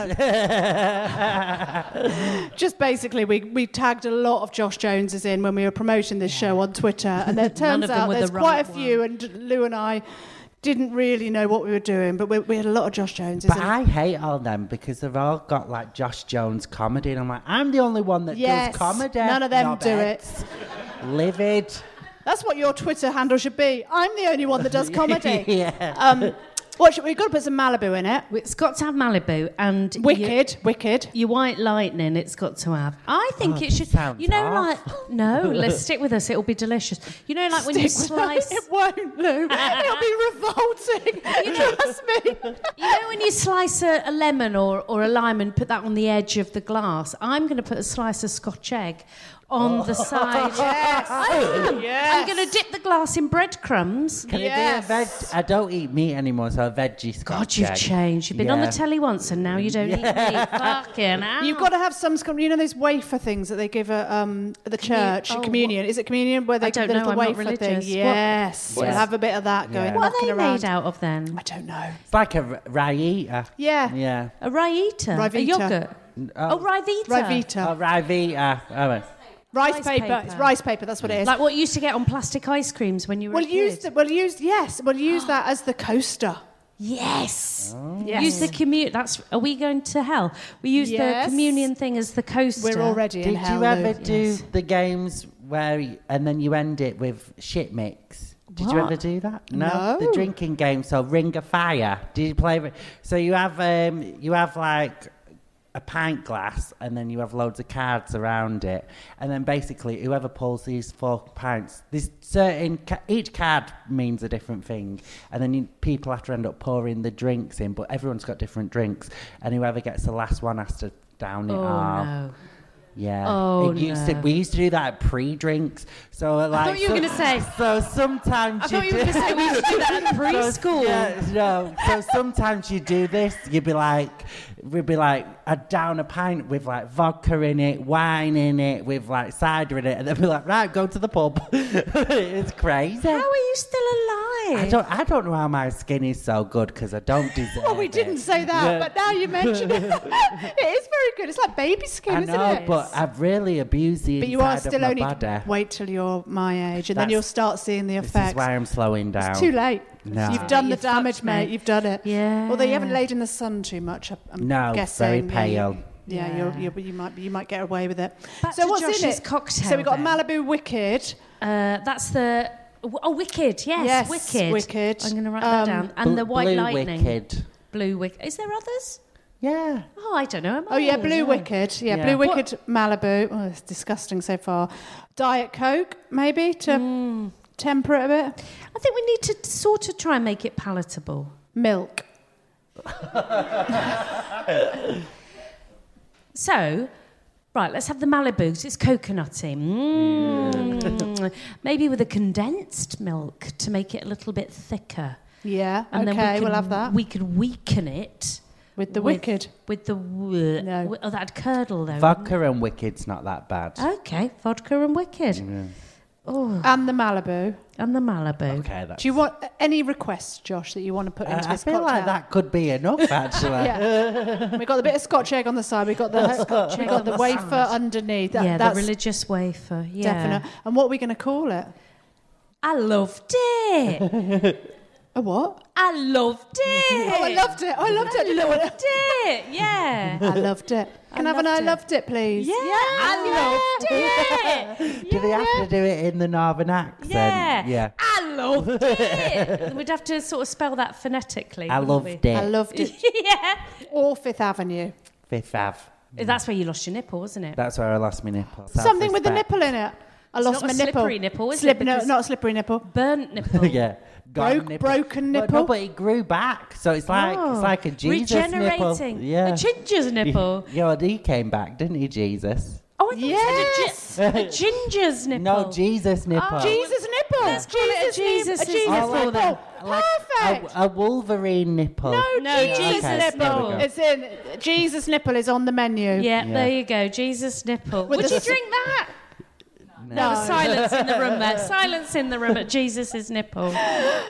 Just basically, we, we tagged a lot of Josh Joneses in when we were promoting this show on Twitter, and it
None
turns
of them
out
were the
there's quite
right
a few, and Lou and I didn't really know what we were doing, but we, we had a lot of Josh Joneses.
but
in.
I hate all them because they've all got like Josh Jones comedy, and I'm like, I'm the only one that
Yes.
does comedy.
None of them do
Nobbets. Livid.
That's what your Twitter handle should be. I'm the only one that does comedy.
Yeah.
um, what should, we've got to put some Malibu in it.
It's got to have Malibu and your-
Wicked, wicked.
Your white lightning, it's got to have. I think
Oh,
it should.
sounds
You know,
off.
like no. Let's stick with us. It'll be delicious. You know, like when you
Stick with
slice.
us. It won't, Lou. It'll be revolting. Trust me.
You know when you slice a, a lemon or, or a lime and put that on the edge of the glass? I'm going to put a slice of scotch egg on the side. Yes. I am.
Yes.
I'm going to dip the glass in breadcrumbs.
Can
Yes.
it be a veg? I don't eat meat anymore, so a veggie scotch.
God, you've
egg.
changed. You've been on the
Yeah.
telly once and now you don't eat meat. Fucking hell.
You've got to have some, scum- you know, those wafer things that they give at, um, at the church,
oh,
communion.
what-
Is it communion where they
I
give
don't
the
know,
little
I'm not
wafer thing?
religious. What-
Yes,
What
we'll
is-
have a bit of that going.
Yeah.
What are
knocking
they
around.
made out of then?
I don't know.
It's like a r- Ryeater.
Yeah.
Yeah.
A raita? A
Rivita.
yogurt? Oh, Rivita.
Rivita,
Oh, Ryeater. Oh, right.
rice,
rice
paper.
paper.
It's rice paper. That's what it is.
Like what you used to get on plastic ice creams when you were
we'll
a kid.
use the, we'll use yes, we'll use that as the coaster.
Yes. Use the commute. That's. Are we going to hell? We use
Yes.
the communion thing as the coaster.
We're already in
Did
hell.
you ever
Lou.
do
Yes.
the games where y- and then you end it with shit mix? Did you
What?
ever do that?
No.
the drinking game. So Ring of Fire. Did you play? Ri- So you have um, you have like a pint glass and then you have loads of cards around it. And then basically, whoever pulls these four pints, there's certain, ca- each card means a different thing. And then you, people have to end up pouring the drinks in, but everyone's got different drinks. And whoever gets the last one has to down it
Oh,
all.
no.
Yeah.
Oh,
it used to,
no.
we used to do that at pre-drinks. So like,
thought you were
so-
gonna say-
So sometimes
I thought you were going to
did-
say we used to do that at preschool.
so, yeah, no. So sometimes you do this. You'd be like, we'd be like, a down a pint with like vodka in it, wine in it, with like cider in it, and they'd be like, right, go to the pub. it's crazy.
How are you still alive?
I don't, I don't know how my skin is so good because I don't deserve
Well, we
it.
didn't say that,
Yeah.
but now you mention it. it is very good. It's like baby skin,
I
isn't
know,
it?
but I've really abused the
But you
inside
are
of
still
my
only.
body.
Wait till you're my age, and then
That's-
you'll start seeing the
This is
effects.
why I'm slowing down.
It's too late.
No.
You've done
You've
the damage,
fucked me.
mate. You've done it.
Yeah.
Although you haven't laid in the sun too much, I- I'm
No,
guessing.
very pale.
Yeah,
Yeah.
You're, you're, you might you might get away with it.
Back
so
to
what's in
Josh's
it?
cocktail
so we got
then.
Malibu Wicked.
Uh, that's the. Oh, Wicked. Yes,
Yes,
Wicked.
Wicked.
I'm going to write
Um,
that down. And
Bl-
the White
Blue
Lightning.
Wicked.
Blue Wicked. Is there others?
Yeah.
Oh, I don't know. am
Oh yeah,
I?
Blue Wicked. Yeah,
Yeah.
Blue
What-
Wicked Malibu. Oh, it's disgusting so far. Diet Coke, maybe to temper it a bit.
I think we need to sort of try and make it palatable.
Milk.
So, right, let's have the Malibu's. It's coconutty. Mm. Maybe with a condensed milk to make it a little bit thicker.
Yeah. okay,
then we
we'll
can-
have that
We could weaken it
with the Wicked.
With the w-
No.
w- oh, that'd curdle though.
Vodka and Wicked's not that bad.
Okay, vodka and wicked,
And the Malibu.
and the Malibu.
okay, that's.
Do you want any requests, Josh, that you want to put
I,
into
Uh, I
this
feel like
cocktail?
that could be enough, actually.
We got the bit of Scotch egg on the side. We got the Scotch We
egg
got
on
the
the
wafer
side.
underneath. That-
yeah, the
that's
religious wafer. Yeah,
definite. And what are we going to call it?
I loved it.
A what?
I loved it.
Oh, I loved it. Oh, I loved it.
I loved it. Yeah.
I loved it. Can I have an I
loved it.
loved it, please?
Yeah, I loved it.
Do they have to do it in the northern accent?
Yeah.
Yeah.
I loved it. We'd have to sort of spell that phonetically.
I
wouldn't we?
loved it.
I loved it.
yeah.
Or Fifth Avenue.
Fifth Ave.
That's where you lost your nipple, wasn't it?
That's where I lost my nipple.
Something with the
Self-respect.
nipple in it. I
It's
lost
not
my
a
nipple.
slippery nipple, is it?
Slip- No,
Because-
not a slippery nipple.
Burnt nipple.
yeah. Got
Broke- broken
Well,
nipple.
no, but it grew back, so it's like
Oh.
it's like a Jesus nipple.
Regenerating.
Yeah.
A ginger's nipple.
Yeah, well, he came back, didn't he, Jesus?
Oh, I thought yes. you said a, gi- a ginger's nipple.
No, Jesus nipple.
Jesus nipple.
Let's call it a
Jesus nip-
Jesus'
a Jesus
nipple
nipple.
then.
Like
Perfect.
A, a Wolverine nipple.
no,
No,
Jesus
Jesus
nipple.
nipple.
It's in. Jesus nipple is on the menu.
Yeah,
Yeah.
there you go. Jesus nipple.
With
Would
the
you
s-
drink that?
No.
Silence in the room there. Silence in the room at Jesus's nipple.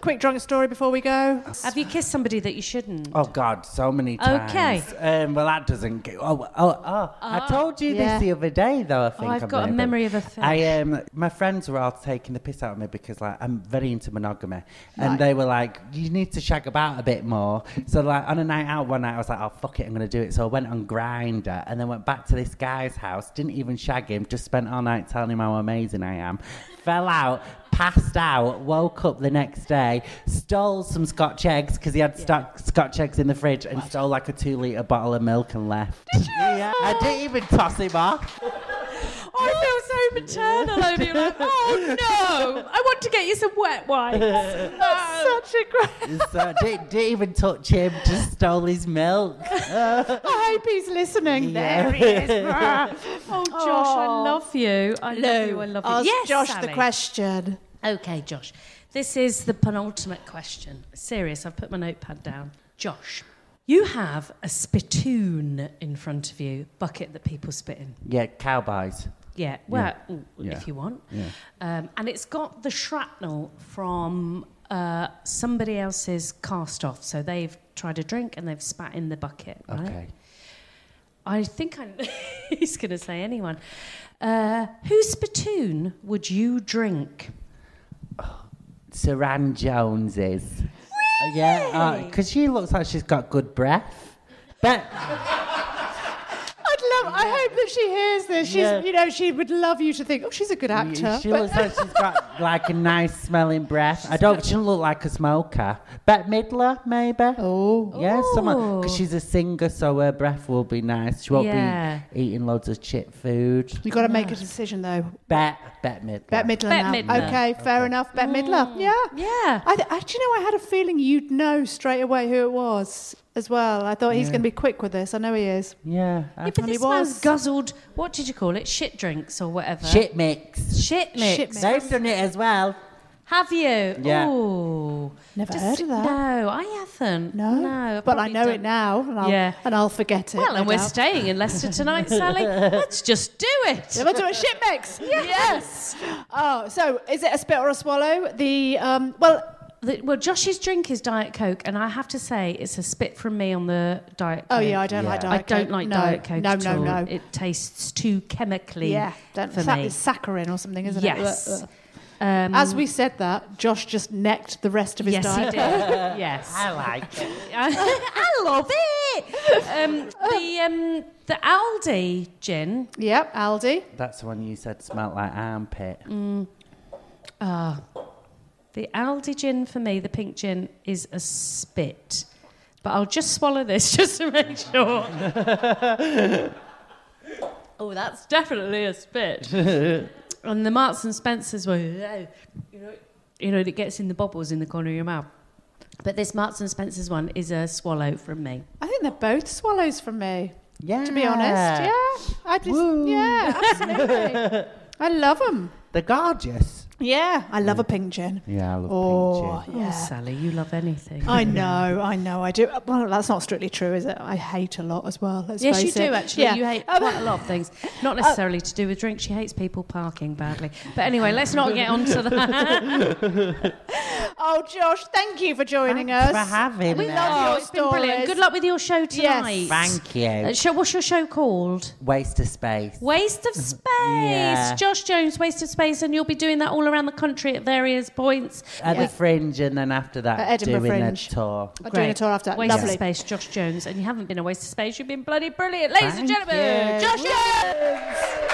Quick drunk story before we go.
Have you kissed somebody that you shouldn't?
Oh God, so many times.
Okay.
Um, well, that doesn't. Go, oh, oh, oh! I told you
Yeah.
this the other day, though. I think
I've
I
got a
may, but
memory of a fish.
I um, my friends were all taking the piss out of me because like I'm very into monogamy, and
Right.
they were like, "You need to shag about a bit more." So like on a night out one night, I was like, "Oh fuck it, I'm gonna do it." So I went on Grinder and then went back to this guy's house. Didn't even shag him. Just spent all night telling him how amazing I am. Fell out. Passed out, woke up the next day, stole some Scotch eggs because he had stock Scotch eggs in the fridge, and stole like a two litre bottle of milk and left. Did you? Yeah, I didn't even toss him off.
I feel so maternal over you. Like, oh no, I want to get you some wet wipes. No.
Such a great.
so didn't, didn't uh, even touch him, just stole his milk.
I hope he's listening. There he is. oh,
Josh, I love you. I love you. Oh, I love you.
Ask
yes,
Josh the
Sally.
question.
Okay, Josh. This is the penultimate question. Serious, I've put my notepad down. Josh, you have a spittoon in front of you, bucket that people spit in.
Yeah, cowboys.
Yeah, well, mm,
Yeah.
if you want. Um, and it's got the shrapnel from uh, somebody else's cast off. So they've tried a drink and they've spat in the bucket, right?
Okay.
I think I, he's going to say anyone. Uh, whose spittoon would you drink?
Saran Jones's. Really? Yeah, uh, because she looks like she's got good breath. But
I'd love. I I hope that she hears this. She's,
Yeah.
you know, she would love you to think, oh, she's a good actor.
She
but-
looks like she's got like a nice smelling breath. I don't. She doesn't look like a smoker. Bette Midler, maybe. Oh, yeah, someone because she's a singer, so her breath will be nice. She won't
Yeah.
be eating loads of chip food.
You've got to make a decision, though.
Bet, Bet Midler.
Bette Midler
Bette
now.
Midler.
Okay, fair enough. Bette
Mm.
Midler. Yeah.
yeah.
I th- I, do you know, I had a feeling you'd know straight away who it was as well. I thought he's going to be quick with this. I know he is.
Yeah, I-
Yeah, but
he
this
was.
man's guzzled, what did you call it? Shit drinks or whatever.
shit mix.
Shit mix.
Shit mix.
They've done it as well.
Have you?
Yeah.
Ooh.
Never
Just-
heard of that.
No, I haven't.
No.
No.
but I
probably
know it
don't.
now, and I'll,
Yeah.
and I'll forget it.
Well, and
no
we're
doubt.
staying in Leicester tonight, Sally. Let's just do it.
Let's do a shit mix.
Yes.
Oh, so is it a spit or a swallow? The um, well,
The- well, Josh's drink is Diet Coke, and I have to say, it's a spit from me on the Diet Coke.
oh yeah, I don't like
Yeah.
diet.
I don't
Coke.
like
no.
Diet Coke
No,
at
no,
all.
no.
It tastes too chemically
yeah, don't,
for
sa-
me.
it's saccharin or something, isn't
Yes.
it? Ugh, ugh.
Um,
As we said that, Josh just necked the rest of his
yes, he
diet.
did. yes.
I like it.
I love it. Um, the um, the Aldi gin.
Yep, Aldi.
That's the one you said smelled like armpit.
Mm.
The Aldi gin for me, the pink gin, is a spit. But I'll just swallow this just to make sure. oh, that's definitely a spit. and the Marks and Spencers were, "Ugh," you know, you know, it gets in the bubbles in the corner of your mouth. But this Marks and Spencers one is a swallow from me.
I think they're both swallows from me.
Yeah.
To be honest, yeah, I just, yeah, absolutely. I love them.
They're gorgeous.
Yeah, I love a pink gin.
Yeah, I love
Oh,
pink
Oh, Sally, you love anything.
I know, I know, I do. Well, that's not strictly true, is it? I hate a lot as well. Let's
Yes, you
face it.
do actually.
Yeah. Oh.
You hate
Um,
quite a lot of things, not necessarily to do with drinks. She hates people parking badly. But anyway, let's not get onto that.
Oh, Josh, thank you for joining
Thanks
us.
for having
we
us.
love
Oh,
your
it's been brilliant.
stories.
Good luck with your show
Yes.
tonight.
Thank you.
Uh, show, what's your show called?
Waste of space.
Waste of Space.
Yeah.
Josh Jones, Waste of Space, and you'll be doing that all around the country at various points.
At the Fringe, and then after
At
that,
Edinburgh
doing a
Fringe.
tour.
I'm doing a tour after that.
Waste
Lovely.
of Space, Josh Jones, and you haven't been a waste of space. You've been bloody brilliant, ladies and
Thank
gentlemen.
you.
Josh Jones.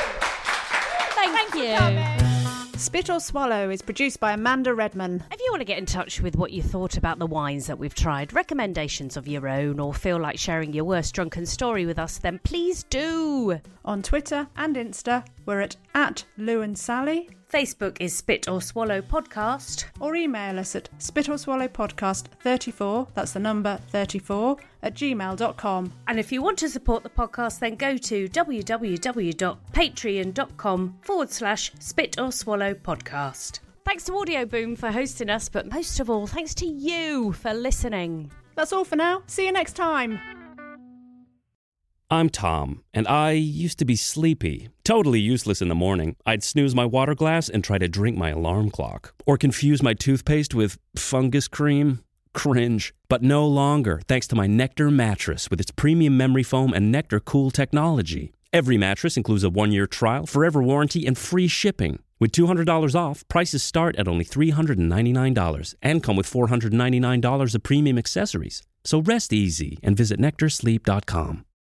Thank, you.
Spit or Swallow is produced by Amanda Redman.
If you want to get in touch with what you thought about the wines that we've tried, recommendations of your own, or feel like sharing your worst drunken story with us, then please do.
On Twitter and Insta, we're at, at Lou and Sally,
Facebook is Spit or Swallow Podcast.
or email us at spit or swallow podcast 34, that's the number 34, at gmail.com.
And if you want to support the podcast, then go to www.patreon.com forward slash spit or swallow podcast.
Thanks to Audio Boom for hosting us, but most of all, thanks to you for listening.
That's all for now. See you next time.
I'm Tom, and I used to be sleepy, totally useless in the morning. I'd snooze my water glass and try to drink my alarm clock, or confuse my toothpaste with fungus cream. Cringe. But no longer, thanks to my Nectar mattress with its premium memory foam and Nectar Cool technology. Every mattress includes a one year trial, forever warranty, and free shipping. With $200 off, prices start at only $399 and come with $499 of premium accessories. So rest easy and visit nectarsleep.com.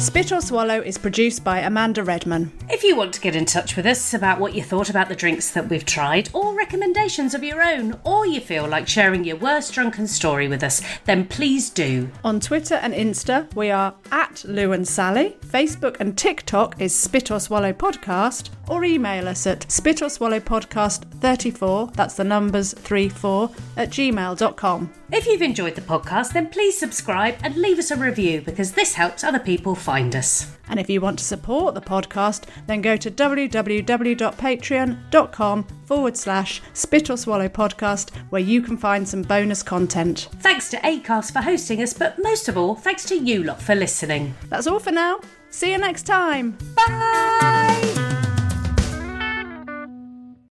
Spit or Swallow is produced by Amanda Redman.
If you want to get in touch with us about what you thought about the drinks that we've tried, or recommendations of your own, or you feel like sharing your worst drunken story with us, then please do.
On Twitter and Insta, we are at Lou and Sally. Facebook and TikTok is Spit or Swallow Podcast, or email us at spit or swallow podcast 34, that's the numbers 34, at gmail.com.
If you've enjoyed the podcast, then please subscribe and leave us a review because this helps other people find
find us.
And if you want to support the podcast, then go to www.patreon.com forward slash spit or swallow podcast, where you can find some bonus content.
Thanks to ACAST for hosting us, but most of all, thanks to you lot for listening.
That's all for now. See you next time.
Bye!